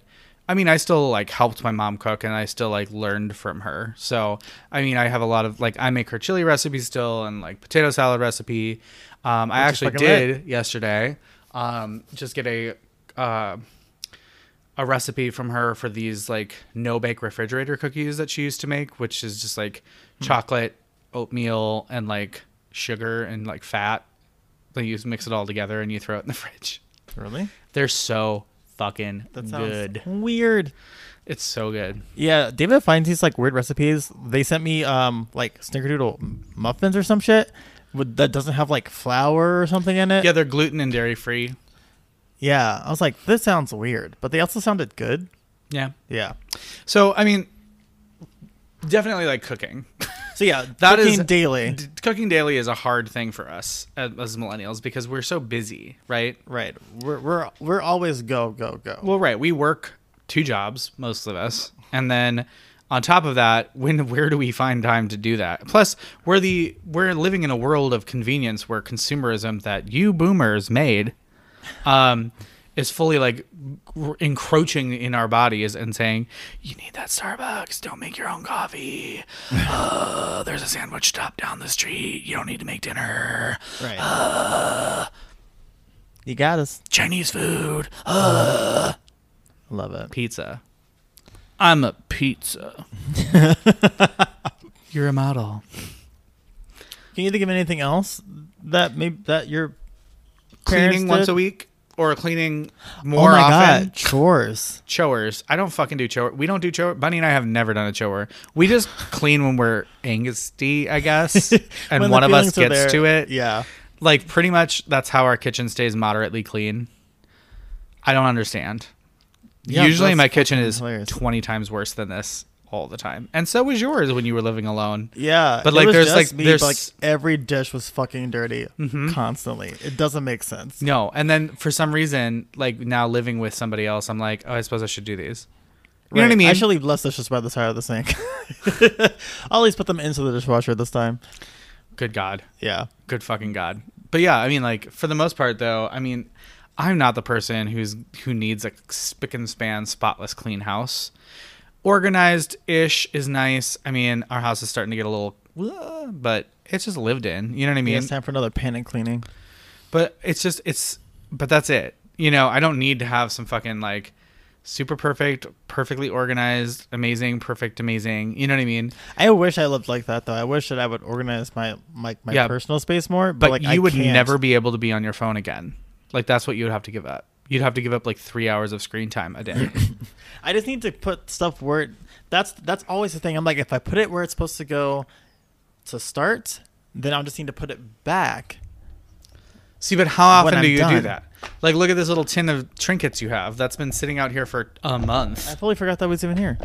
S2: I mean, I still like helped my mom cook, and I still like learned from her. So, I mean, I have a lot of like, I make her chili recipe still, and like potato salad recipe. Um, I actually
S1: fucking lit.
S2: did yesterday. Um, just get a uh, a recipe from her for these like no bake refrigerator cookies that she used to make, which is just like
S1: Hmm.
S2: chocolate, oatmeal, and like sugar and like fat. They use mix it all together and you throw it in the [LAUGHS] fridge.
S1: Really?
S2: They're so fucking
S1: That sounds
S2: good.
S1: weird.
S2: It's so good.
S1: Yeah, David finds these like weird recipes. They sent me um like snickerdoodle m- muffins or some shit with, that doesn't have like flour or something in it.
S2: Yeah, they're gluten and dairy free.
S1: Yeah, I was like, this sounds weird, but they also sounded good.
S2: Yeah.
S1: Yeah.
S2: So I mean, definitely like cooking.
S1: So yeah,
S2: That
S1: that
S2: is-
S1: is daily.
S2: D- cooking daily is a hard thing for us as as millennials because we're so busy, right?
S1: right. We're we're we're always go go go.
S2: Well, right. We work two jobs, most of us. And then on top of that, when where do we find time to do that? Plus, we're the we're living in a world of convenience where consumerism that you boomers made um is fully like gr- encroaching in our bodies and saying, "You need that Starbucks. Don't make your own coffee. Uh, there's a sandwich shop down the street. You don't need to make dinner.
S1: right. [SIGHS] you got us.
S2: Chinese food.
S1: Love it.
S2: pizza. I'm a pizza.
S1: [LAUGHS]
S2: You're a model.
S1: Can you think of anything else that maybe that you're
S2: Cleaning once a week or cleaning more
S1: oh my
S2: often. [LAUGHS]
S1: god, chores.
S2: Chores. I don't fucking do chore. We don't do chore. Bunny and I have never done a chore.
S1: [LAUGHS]
S2: We just clean when we're angsty, I guess, and
S1: When the
S2: one of us
S1: feelings are
S2: gets
S1: there,
S2: to it.
S1: Yeah.
S2: Like pretty much that's how our kitchen stays moderately clean. I don't understand.
S1: Yeah,
S2: Usually
S1: that's
S2: my kitchen
S1: fucking
S2: is
S1: hilarious.
S2: 20 times worse than this all the time. And so was yours when you were living alone.
S1: Yeah,
S2: But,
S1: it
S2: like,
S1: was
S2: there's,
S1: just
S2: like,
S1: me,
S2: there's- Mm-hmm.
S1: but, like every dish was fucking dirty constantly. It doesn't make sense.
S2: No, and then for some reason, like now living with somebody else, I'm like, oh, I suppose I should do these. You know what I
S1: Right.
S2: mean?
S1: I should leave less dishes by the side of the sink. [LAUGHS] I'll at least put them into the dishwasher this time.
S2: Good God,
S1: Yeah,
S2: good fucking God. But yeah, I mean, like for the most part, though, I mean, I'm not the person who's who needs a spick and span, spotless, clean house. Organized ish is nice. I mean, our house is starting to get a little, uh, but it's just lived in. You know what I mean?
S1: yeah, it's time for another pan and cleaning.
S2: But it's just it's but that's it. You know, I don't need to have some fucking like super perfect, perfectly organized, amazing, perfect, amazing. You know what I mean?
S1: I wish I lived like that though. I wish that I would organize my my, my
S2: Yeah.
S1: personal space more. But,
S2: But
S1: like,
S2: you
S1: I
S2: would
S1: can't.
S2: never be able to be on your phone again. Like that's what you would have to give up. You'd have to give up like three hours of screen time
S1: [COUGHS]
S2: a day.
S1: I just need to put stuff where it, that's that's always the thing. I'm like, if I put it where it's supposed to go to start, then I'll just need to put it back.
S2: See, but how
S1: When
S2: often do
S1: I'm
S2: you do
S1: done.
S2: that? Like, look at this little tin of trinkets you have that's been sitting out here for a month.
S1: I totally forgot that was even here.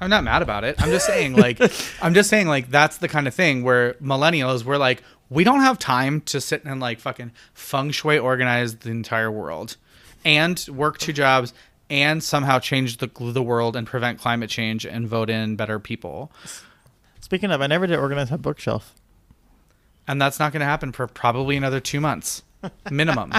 S2: I'm not mad about it. I'm just saying, like, I'm just saying, like, that's the kind of thing where millennials, we're like, we don't have time to sit and like fucking feng shui organize the entire world, and work two jobs, and somehow change the the world and prevent climate change and vote in better people.
S1: Speaking of, I never did organize my bookshelf.
S2: And that's not going to happen for probably another two months minimum.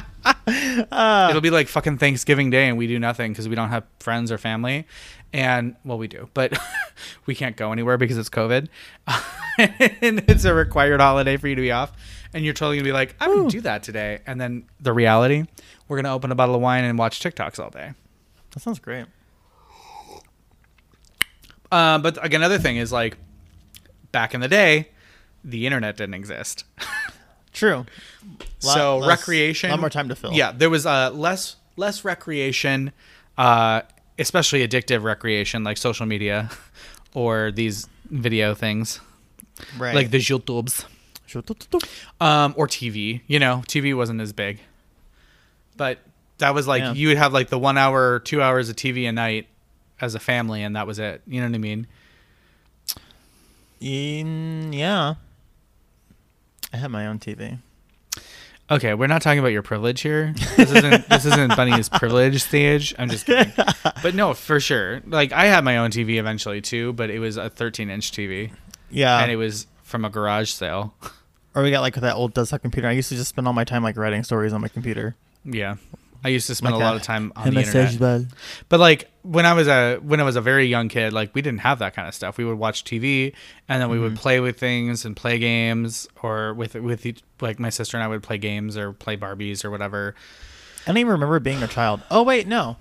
S2: It'll be like fucking Thanksgiving Day and we do nothing because we don't have friends or family. And well, we do, but [LAUGHS] we can't go anywhere because it's COVID. [LAUGHS] and it's a required holiday for you to be off. And you're totally going to be like, I'm going to do that today. And then the reality, we're going to open a bottle of wine and watch TikToks all day.
S1: That sounds great.
S2: Uh, but like another thing is like back in the day, the internet didn't exist. [LAUGHS]
S1: True. Lot
S2: so
S1: less-
S2: recreation,
S1: A lot more time to fill.
S2: Yeah, there was uh, less less recreation, uh, especially addictive recreation like social media [LAUGHS] or these video things
S1: Right.
S2: like the YouTubes um, or TV. You know, TV wasn't as big, but that was like
S1: Yeah.
S2: you would have like the one hour, two hours of TV a night as a family, and that was it. You know what I mean?
S1: Mm, yeah. I had my own TV.
S2: Okay, we're not talking about your
S1: [LAUGHS]
S2: privilege here. This isn't this isn't Bunny's privilege stage. I'm
S1: [LAUGHS]
S2: just kidding. But no, for sure. Like I had my own TV eventually too, but it was a 13 inch TV,
S1: Yeah.
S2: and it was from a garage sale.
S1: or we got like that old desktop computer. I used to just spend all my time like writing stories on my computer.
S2: Yeah, I used to spend a lot of time on the internet.
S1: internet.
S2: But like when I was a when I was a very young kid, like we didn't have that kind of stuff. We would watch TV and then we
S1: Mm-hmm.
S2: would play with things and play games or with with each, like my sister and I would play games or play Barbies or whatever.
S1: I don't even remember being a child. Oh wait, no.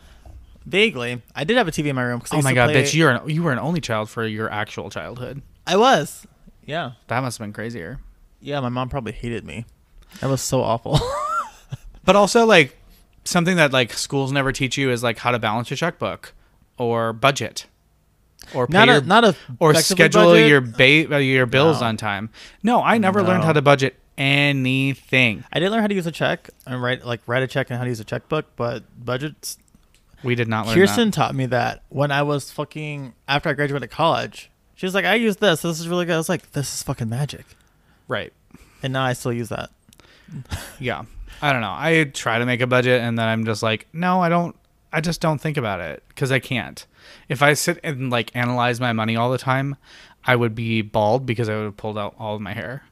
S1: Vaguely, I did have a TV in my room. 'cause I
S2: Oh
S1: used
S2: my
S1: to
S2: god,
S1: play-
S2: bitch, you're an, you were an only child for your actual childhood.
S1: I was. Yeah.
S2: That must have been crazier.
S1: Yeah. My mom probably hated me. That was so [LAUGHS] awful.
S2: But also like something that like schools never teach you is like how to balance your checkbook or budget or pay
S1: not
S2: your,
S1: a not a
S2: or
S1: effective
S2: schedule
S1: budget.
S2: your ba- uh, your bills
S1: No.
S2: on time. No, I never learned
S1: No.
S2: how to budget anything.
S1: I did learn how to use a check and write like write a check and how to use a checkbook, but budgets.
S2: We did not learn
S1: Kirsten
S2: that.
S1: taught me that when I was fucking after I graduated college. She was like, "I use this. This is really good." I was like, "This is fucking magic,"
S2: Right.
S1: and now I still use that.
S2: Yeah. I don't know. I try to make a budget and then I'm just like, no, I don't. I just don't think about it because I can't. If I sit and like analyze my money all the time, I would be bald because I would have pulled out all of my hair.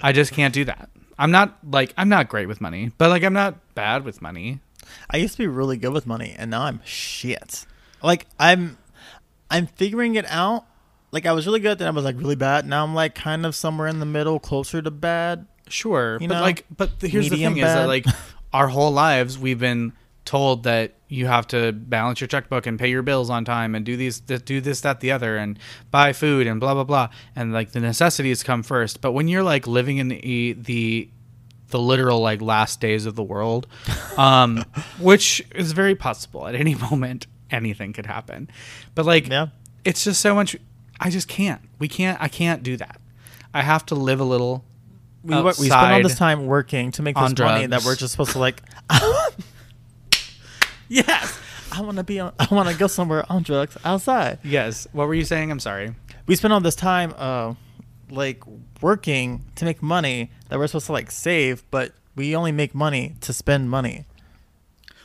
S2: I just can't do that. I'm not like, I'm not great with money, but like, I'm not bad with money.
S1: I used to be really good with money, and now I'm shit. Like I'm, I'm figuring it out. Like I was really good, then I was like really bad. Now I'm like kind of somewhere in the middle, closer to bad.
S2: Sure,
S1: You
S2: but
S1: know?
S2: like, but the, here's the
S1: Medium
S2: thing: is that
S1: bad. [LAUGHS]
S2: like our whole lives we've been told that you have to balance your checkbook and pay your bills on time and do these, th- do this, that, the other, and buy food and blah blah blah, and like the necessities come first. But when you're like living in the the the literal like last days of
S1: [LAUGHS]
S2: the world, um, which is very possible at any [LAUGHS] moment, anything could happen. But like,
S1: Yeah.
S2: it's just so much. I just can't. We can't. I can't do that. I have to live a little
S1: We, wor- we spent all
S2: outside.
S1: this time working to make this
S2: on
S1: money that
S2: drugs.
S1: we're just supposed to like. [LAUGHS] yes, I want to be on. I want to go somewhere on drugs outside.
S2: Yes. What were you saying? I'm sorry.
S1: We spent all this time, uh, like working to make money that we're supposed to like save, but we only make money to spend money.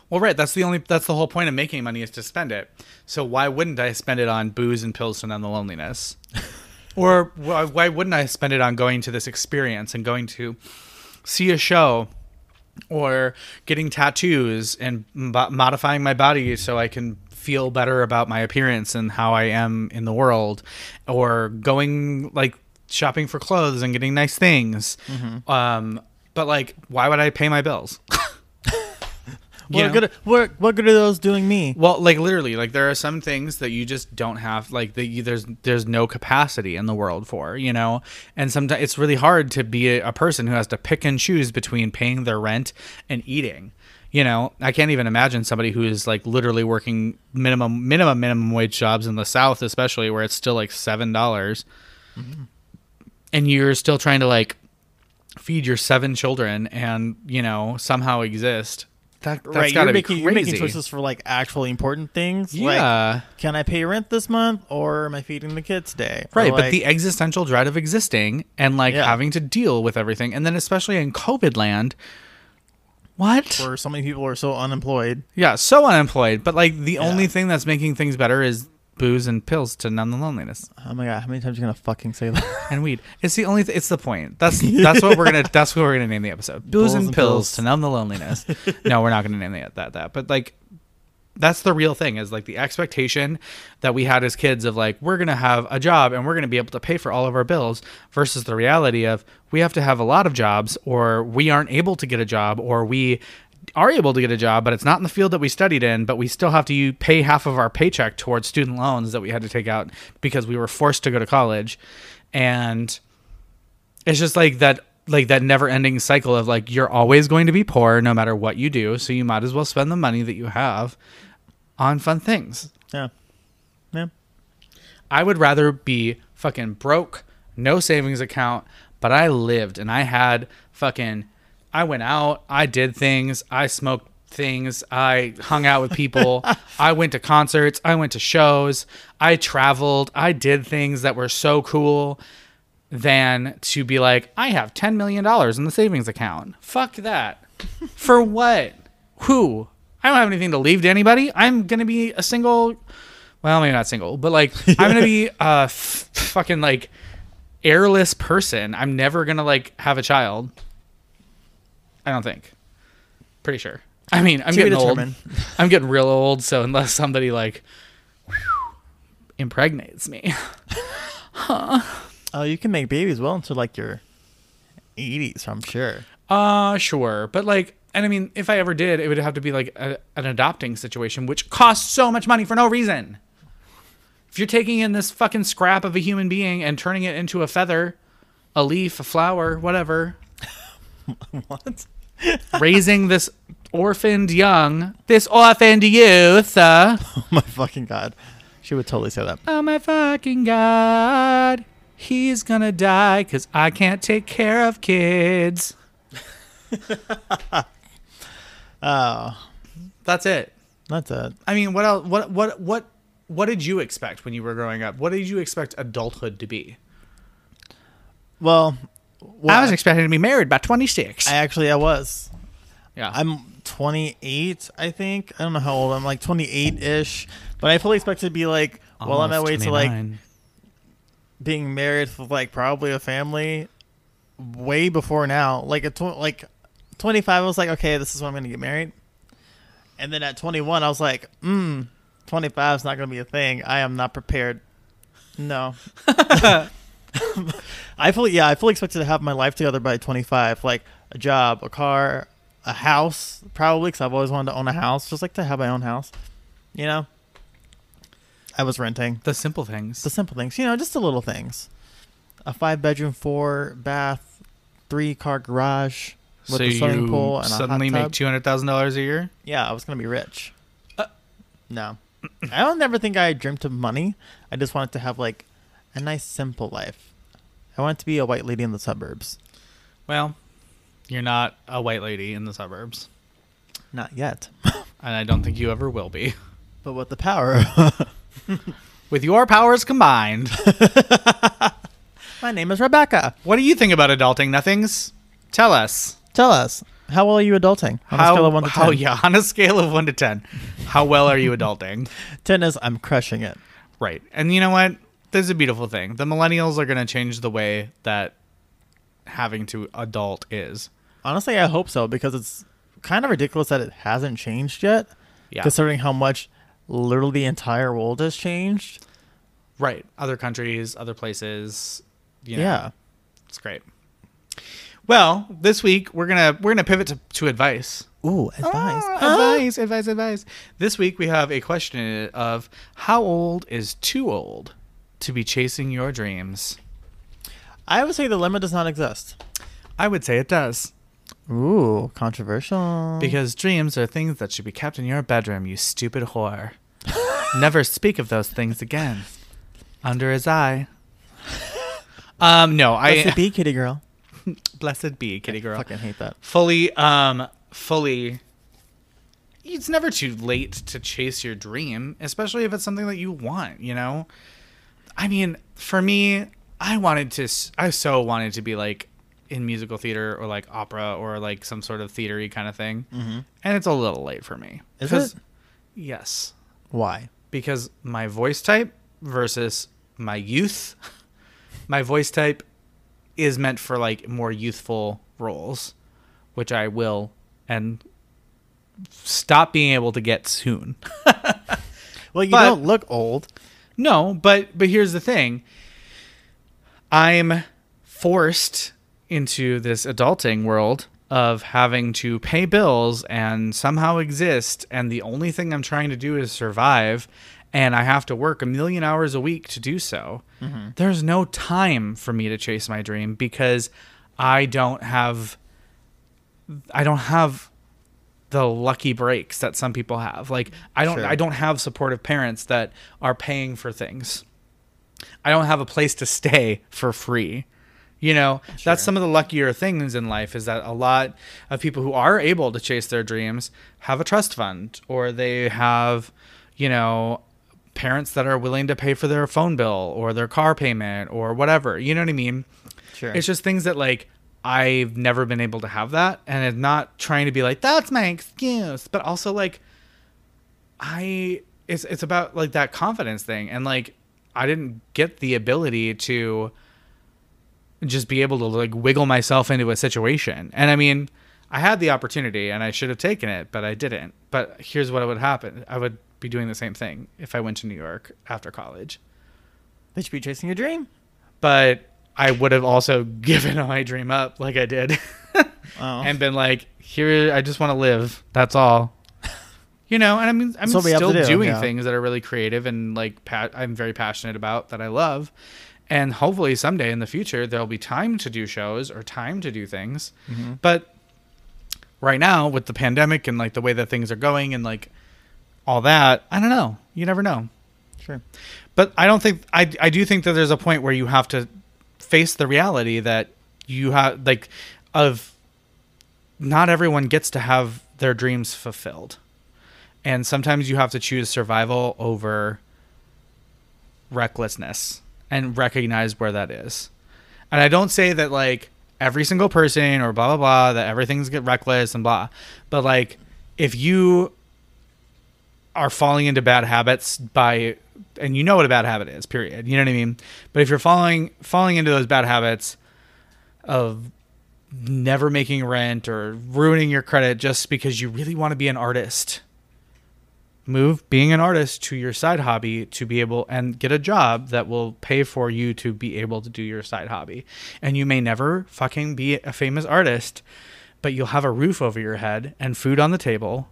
S2: Well, right. That's the only. That's the whole point of making money is to spend it. So why wouldn't I spend it on booze and pills and on the [LAUGHS] loneliness? or why, why wouldn't I spend it on going to this experience and going to see a show, or getting tattoos and mo- modifying my body so I can feel better about my appearance and how I am in the world, or going like shopping for clothes and getting nice things. Um, but like, why would I pay my bills? You
S1: What
S2: know?
S1: good? What what good are those doing me?
S2: Well, like literally, like there are some things that you just don't have, like that you, there's there's no capacity in the world for, you know. And sometimes it's really hard to be a, a person who has to pick and choose between paying their rent and eating. You know, I can't even imagine somebody who is like literally working minimum minimum minimum wage jobs in the South, especially where it's still like seven dollars,
S1: Mm-hmm.
S2: and you're still trying to like feed your seven children and you know somehow exist. That, that's
S1: right, you're
S2: gotta be
S1: making you're making
S2: crazy.
S1: choices for like actually important things.
S2: Yeah.
S1: Like, can I pay rent this month, or am I feeding the kids today? Or,
S2: Right, but
S1: like,
S2: the existential dread of existing and like
S1: Yeah.
S2: having to deal with everything, and then especially in COVID land, what?
S1: where so many people are so unemployed.
S2: yeah, so unemployed. But like the only thing that's making things better is booze and pills to numb the loneliness
S1: Oh my god, how many times are you gonna fucking say that?
S2: and weed. It's the only. Th- it's the point. That's that's what we're gonna. That's what we're gonna name
S1: [LAUGHS]
S2: the episode. Booze
S1: Bulls
S2: and,
S1: and
S2: pills,
S1: pills.
S2: to numb
S1: [LAUGHS]
S2: the loneliness. no, we're not gonna name that, that that. But like, that's the real thing. Is like the expectation that we had as kids of like we're gonna have a job and we're gonna be able to pay for all of our bills versus the reality of we have to have a lot of jobs or we aren't able to get a job or we are able to get a job but it's not in the field that we studied in but we still have to u- pay half of our paycheck towards student loans that we had to take out because we were forced to go to college and it's just like that like that never-ending cycle of like you're always going to be poor no matter what you do, so you might as well spend the money that you have on fun things.
S1: Yeah. Yeah.
S2: I would rather be fucking broke, no savings account, but I lived and I had fucking I went out, I did things, I smoked things, I hung out with
S1: [LAUGHS]
S2: people, I went to concerts, I went to shows, I traveled, I did things that were so cool than to be like, I have $10 million in the savings account. Fuck that. [LAUGHS] For what? Who? I don't have anything to leave to anybody. I'm going to be a single, well, maybe not single,
S1: [LAUGHS]
S2: but like, I'm going to be a f- fucking like airless person. I'm never going to like have a child. I don't think. Pretty sure. I mean, I'm
S1: To be
S2: getting old.
S1: determined.
S2: [LAUGHS] I'm getting real old, so unless somebody like impregnates me.
S1: Oh, you can make babies well into like your 80s, I'm sure.
S2: Uh, sure, but like, and I mean, if I ever did, it would have to be like a, an adopting situation, which costs so much money for no reason. If you're taking in this fucking scrap of a human being and turning it into a feather, a leaf, a flower, whatever,
S1: What?
S2: raising this orphaned young, this orphaned youth, uh,
S1: [LAUGHS] Oh my fucking god. She would totally say that.
S2: oh my fucking god, he's gonna die because I can't take care of [LAUGHS] kids.
S1: Oh,
S2: That's it.
S1: that's it.
S2: I mean, what else? What what what what did you expect when you were growing up? What did you expect adulthood to be?
S1: Well, well,
S2: I was expecting to be married by twenty six.
S1: I actually I was.
S2: Yeah,
S1: I'm 28, I think. I don't know how old I'm, like 28 ish. But I fully expect to be like well on my way to like being married with like probably a family way before now. Like at tw- like 25, I was like, okay, this is when I'm gonna get married. And then at 21, I was like, mm, 25 is not gonna be a thing. I am not prepared. No. [LAUGHS] I fully, yeah, I fully expected to have my life together by 25, like a job, a car, a house, probably because I've always wanted to own a house, just like to have my own house. You know, I was renting
S2: the simple things.
S1: the simple things, you know, just the little things. A five bedroom, four bath, three car garage with
S2: so
S1: a swimming
S2: you
S1: pool and
S2: suddenly
S1: a hot
S2: make
S1: tub.
S2: two hundred thousand dollars a year.
S1: yeah, I was gonna be rich.
S2: Uh.
S1: no, I don't ever think I dreamt of money. I just wanted to have like a nice, simple life. I wanted to be a white lady in the suburbs.
S2: Well, you're not a white lady in the suburbs,
S1: Not yet, [LAUGHS]
S2: and I don't think you ever will be. [LAUGHS]
S1: but with the power. [LAUGHS]
S2: With your powers combined,
S1: My name is Rebecca.
S2: what do you think about adulting? Nothings. Tell us
S1: Tell us, how well are you adulting? On
S2: how
S1: a scale of one to
S2: how
S1: 10?
S2: [LAUGHS] yeah on a scale of one to ten, how well are you adulting?
S1: [LAUGHS] Ten is I'm crushing it.
S2: Right. And you know what? This is a beautiful thing. The millennials are going to change the way that having to adult is.
S1: Honestly, I hope so because it's kind of ridiculous that it hasn't changed yet.
S2: Yeah.
S1: Considering how much literally the entire world has changed.
S2: right. Other countries, other places. You
S1: Yeah.
S2: know, It's great. Well, this week we're gonna we're gonna pivot to, to advice.
S1: Ooh, advice.
S2: Ah, advice, advice, advice. This week we have a question in it of how old is too old to be chasing your dreams?
S1: I would say the limit does not exist.
S2: I would say it does.
S1: Ooh, controversial.
S2: Because dreams are things that should be kept in your bedroom, you stupid whore. Never speak of those things again. Under his eye. Um, no,
S1: That's
S2: I
S1: a bee kitty girl.
S2: [LAUGHS] blessed be kitty girl.
S1: Fucking hate that.
S2: Fully, um, fully. It's never too late to chase your dream, especially if it's something that you want. You know, I mean, for me, I wanted to. s- I so wanted to be like in musical theater or like opera or like some sort of theatery kind of thing, mm-hmm. and it's a little late for me.
S1: Is
S2: 'Cause-
S1: it?
S2: Yes,
S1: Why?
S2: because my voice type versus my youth, [LAUGHS] my voice type is meant for like more youthful roles, which I will and stop being able to get soon.
S1: Well, you
S2: But-
S1: don't look old.
S2: No, but but here's the thing. I'm forced into this adulting world of having to pay bills and somehow exist and the only thing I'm trying to do is survive and I have to work a million hours a week to do so. There's no time for me to chase my dream because I don't have I don't have the lucky breaks that some people have. Like I don't
S1: Sure.
S2: I don't have supportive parents that are paying for things. I don't have a place to stay for free. You know, that's some of the luckier things in life is that a lot of people who are able to chase their dreams have a trust fund or they have, you know, parents that are willing to pay for their phone bill or their car payment or whatever. You know what I mean?
S1: Sure.
S2: It's just things that like I've never been able to have that, and it's not trying to be like that's my excuse, but also like I it's it's about like that confidence thing, and like I didn't get the ability to just be able to like wiggle myself into a situation, and I mean. I had the opportunity and I should have taken it, but I didn't. But here's what would happen. I would be doing the same thing if I went to New York after college
S1: They should be chasing your dream.
S2: but I would have also [LAUGHS] given my dream up like I did
S1: Oh.
S2: and been like, here, I just want to live. That's all. [LAUGHS] You know, and I mean, I'm
S1: That's what we have
S2: still
S1: to do,
S2: doing
S1: yeah.
S2: things that are really creative and like pa- I'm very passionate about that I love. And hopefully someday in the future, there'll be time to do shows or time to do things.
S1: Mm-hmm.
S2: But right now, with the pandemic and like the way that things are going and like all that, I don't know. You never know
S1: sure.
S2: but I don't think I I do think that there's a point where you have to face the reality that you have like of not everyone gets to have their dreams fulfilled. And sometimes you have to choose survival over recklessness and recognize where that is. And I don't say that like every single person or blah blah blah that everything's get reckless and blah. But like if you are falling into bad habits by and you know what a bad habit is period you know what i mean but if you're falling falling into those bad habits of never making rent or ruining your credit just because you really want to be an artist move being an artist to your side hobby to be able and get a job that will pay for you to be able to do your side hobby and you may never fucking be a famous artist but you'll have a roof over your head and food on the table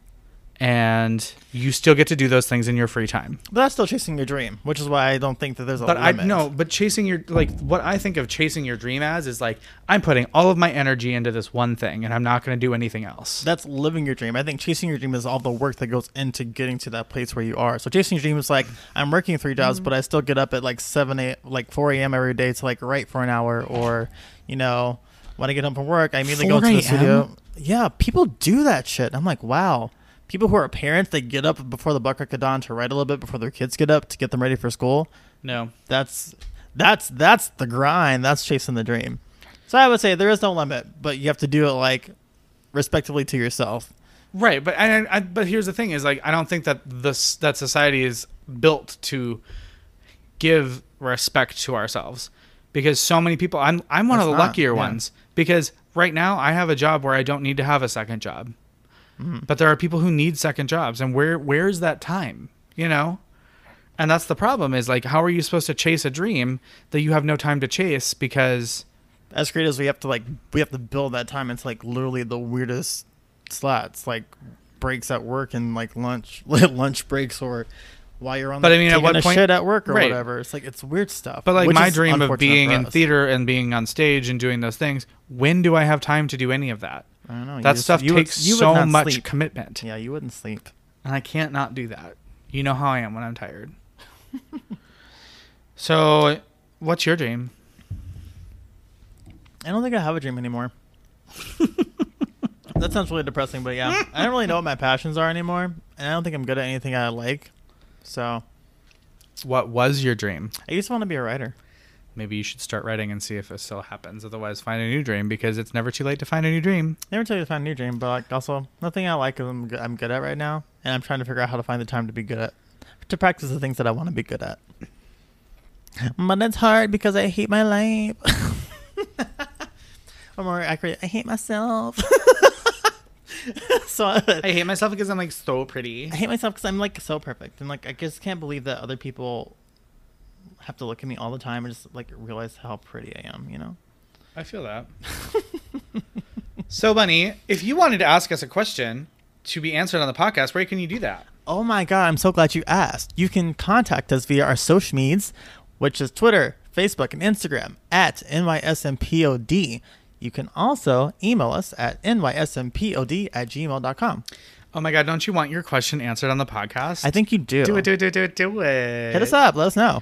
S2: and you still get to do those things in your free time
S1: But that's still chasing your dream, which is why I don't think that there's a
S2: but I
S1: limit.
S2: no, but chasing your like what I think of chasing your dream as is like I'm putting all of my energy into this one thing and I'm not going to do anything else.
S1: That's living your dream. I think chasing your dream is all the work that goes into getting to that place where you are. So chasing your dream is like I'm working three jobs, but I still get up at like seven, eight, like four a.m. every day to like write for an hour, or you know, when I get home from work, I immediately go
S2: 4
S1: to the
S2: a.m.?
S1: studio. Yeah, people do that shit. I'm like, wow. People who are parents, they get up before the buck crack of dawn to write a little bit before their kids get up to get them ready for school.
S2: no.
S1: that's that's that's the grind. That's chasing the dream. So I would say there is no limit, but you have to do it like respectively to yourself.
S2: Right, but and I, but here's the thing is like I don't think that this that society is built to give respect to ourselves because so many people I'm I'm one of
S1: It's
S2: the
S1: not,
S2: luckier
S1: yeah.
S2: ones because right now I have a job where I don't need to have a second job.
S1: Mm.
S2: But there are people who need second jobs and where where's that time, you know? And that's the problem is like how are you supposed to chase a dream that you have no time to chase because
S1: As creators, we have to like we have to build that time into like literally the weirdest slots, like breaks at work and like lunch [LAUGHS] lunch breaks or while you're on.
S2: But
S1: the,
S2: I mean, at
S1: taking
S2: what
S1: a
S2: point-
S1: shit at work or
S2: right.
S1: whatever. It's like it's weird stuff.
S2: But like
S1: which
S2: my
S1: is
S2: dream of
S1: unfortunate
S2: being
S1: for
S2: in
S1: us.
S2: theater and being on stage and doing those things, when do I have time to do any of that?
S1: I don't know. Oh, you
S2: that
S1: just-
S2: stuff
S1: you would-
S2: takes
S1: you would
S2: so
S1: not
S2: much
S1: sleep.
S2: commitment.
S1: yeah, you wouldn't sleep.
S2: And I can't not do that. You know how I am when
S1: [LAUGHS]
S2: I'm tired. so, what's your dream?
S1: I don't think I have a dream anymore. that sounds really depressing, but yeah, I don't really know what my passions are anymore, and I don't think I'm good at anything I like. So
S2: What was your dream?
S1: I used to want to be a writer.
S2: Maybe you should start writing and see if it still happens. Otherwise, find a new dream because it's never too late to find a new dream.
S1: Never tell you to find a new dream, but like also nothing I like I'm good, I'm good at right now, and I'm trying to figure out how to find the time to be good at, to practice the things that I want to be good at. But it's hard because I hate my life. [LAUGHS] or more accurate, I hate myself. [LAUGHS] so I,
S2: I hate myself because I'm like so pretty.
S1: I hate myself because I'm like so perfect, and like I just can't believe that other people have to look at me all the time and just like realize how pretty I am. You know?
S2: I feel that. [LAUGHS] so, Bunny, if you wanted to ask us a question to be answered on the podcast, where can you do that?
S1: Oh my god! I'm so glad you asked. You can contact us via our social medias, which is Twitter, Facebook, and Instagram at NYSMPOD. You can also email us at nysmpod at gmail.com.
S2: Oh my God, don't you want your question answered on the podcast?
S1: I think you do.
S2: do it, do it, do it, do it, do it.
S1: Hit us up. Let us know.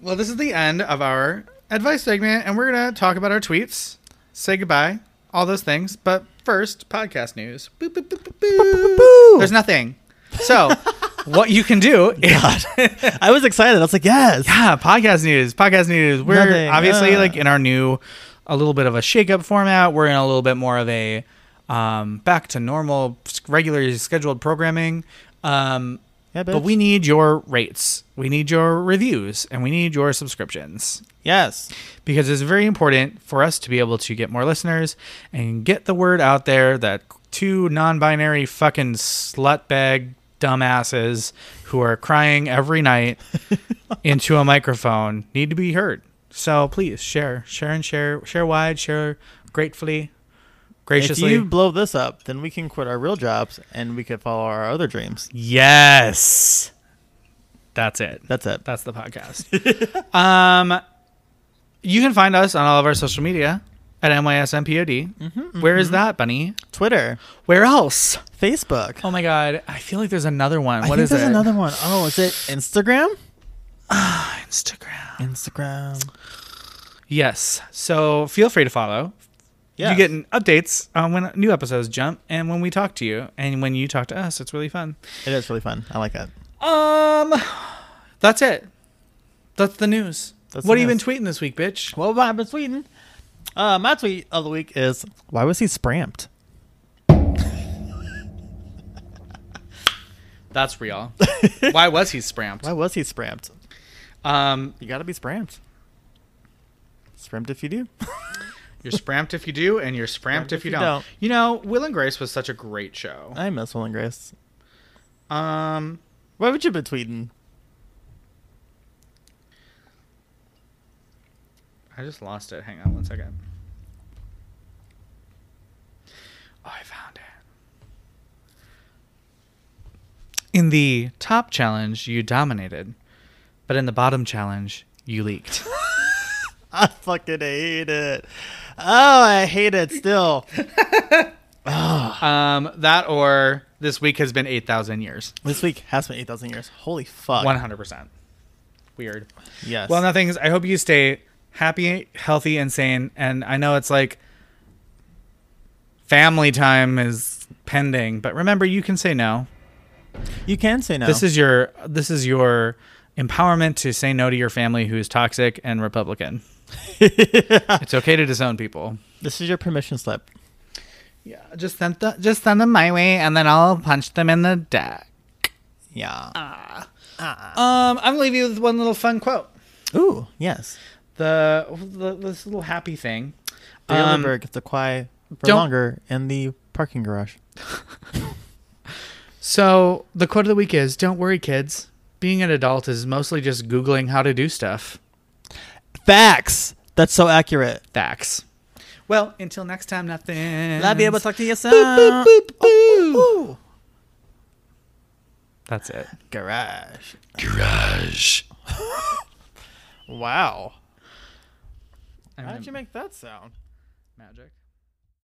S2: Well, this is the end of our advice segment, and we're going to talk about our tweets, say goodbye, all those things. But first, podcast news. Boop, boop, boop, boop, boop.
S1: Boo!
S2: There's nothing. So, [LAUGHS] what you can do is.
S1: [LAUGHS] I was excited. I was like, yes.
S2: Yeah, Ah, podcast news. Podcast news. We're
S1: Nothing,
S2: obviously
S1: uh.
S2: like in our new, a little bit of a shakeup format. We're in a little bit more of a um, back to normal, s- regularly scheduled programming. Um,
S1: Yeah,
S2: but
S1: bitch.
S2: we need your rates, we need your reviews, and we need your subscriptions
S1: Yes.
S2: because it's very important for us to be able to get more listeners and get the word out there that two non-binary fucking slutbag dumbasses who are crying every night into a microphone need to be heard. So please share, share and share, share wide, share gratefully,
S1: If
S2: graciously.
S1: you blow this up, then we can quit our real jobs and we could follow our other dreams.
S2: yes. That's it.
S1: That's it.
S2: That's the podcast. [LAUGHS] um, you can find us on all of our social media at NYSMPOD. Where is that, Bunny?
S1: Twitter,
S2: Where else?
S1: Facebook.
S2: Oh my God! I feel like there's another one.
S1: I
S2: What
S1: think
S2: is
S1: there's
S2: it?
S1: another one. Oh, is it Instagram?
S2: Instagram.
S1: Instagram.
S2: Yes. So feel free to follow.
S1: Yeah.
S2: You get updates on when new episodes jump and when we talk to you and when you talk to us. It's really fun.
S1: It is really fun. I like that.
S2: Um, that's it. That's the news.
S1: That's
S2: what
S1: the
S2: have you
S1: news.
S2: been tweeting this week, bitch?
S1: Well, I've been Sweden. Uh, my tweet of the week is why was he spramped?
S2: That's real. Why was he spramped?
S1: [LAUGHS] Why was he spramped?
S2: [LAUGHS] Um,
S1: You gotta be spramped. Spramped if you do. [LAUGHS]
S2: You're spramped if you do, and you're spramped if you, don't. You know, Will and Grace was such a great show.
S1: I miss Will and Grace.
S2: Um,
S1: Why would you be tweeting?
S2: I just lost it. Hang on one second. Oh, I found it. In the top challenge, you dominated, but in the bottom challenge, you [LAUGHS] leaked.
S1: I fucking hate it. Oh, I hate it still.
S2: um, that or this week has been eight thousand years.
S1: this week has been eight thousand years. Holy fuck.
S2: One hundred percent. Weird.
S1: Yes.
S2: Well, nothing is. I hope you stay happy, healthy, and sane. And I know it's like family time is pending, but remember, you can say no.
S1: you can say no.
S2: This is your this is your empowerment to say no to your family who is toxic and Republican. it's okay to disown people.
S1: [LAUGHS] this is your permission slip.
S2: Yeah, just send the, just send them my way, and then I'll punch them in the deck.
S1: Yeah.
S2: Um, I'm gonna leave you with one little fun quote.
S1: Ooh, yes.
S2: The, the this little happy thing.
S1: Bailey
S2: Um,
S1: Berg gets to quiet for
S2: don't-
S1: longer in the parking garage.
S2: So the quote of the week is Don't worry, kids. Being an adult is mostly just Googling how to do stuff.
S1: Facts. That's so accurate.
S2: Facts. Well, until next time, nothing.
S1: I'll be able to talk to you soon. Ooh.
S2: That's it.
S1: Garage. [LAUGHS] Garage. wow.
S2: I'm
S1: How did
S2: gonna-
S1: you make that sound?
S2: magic?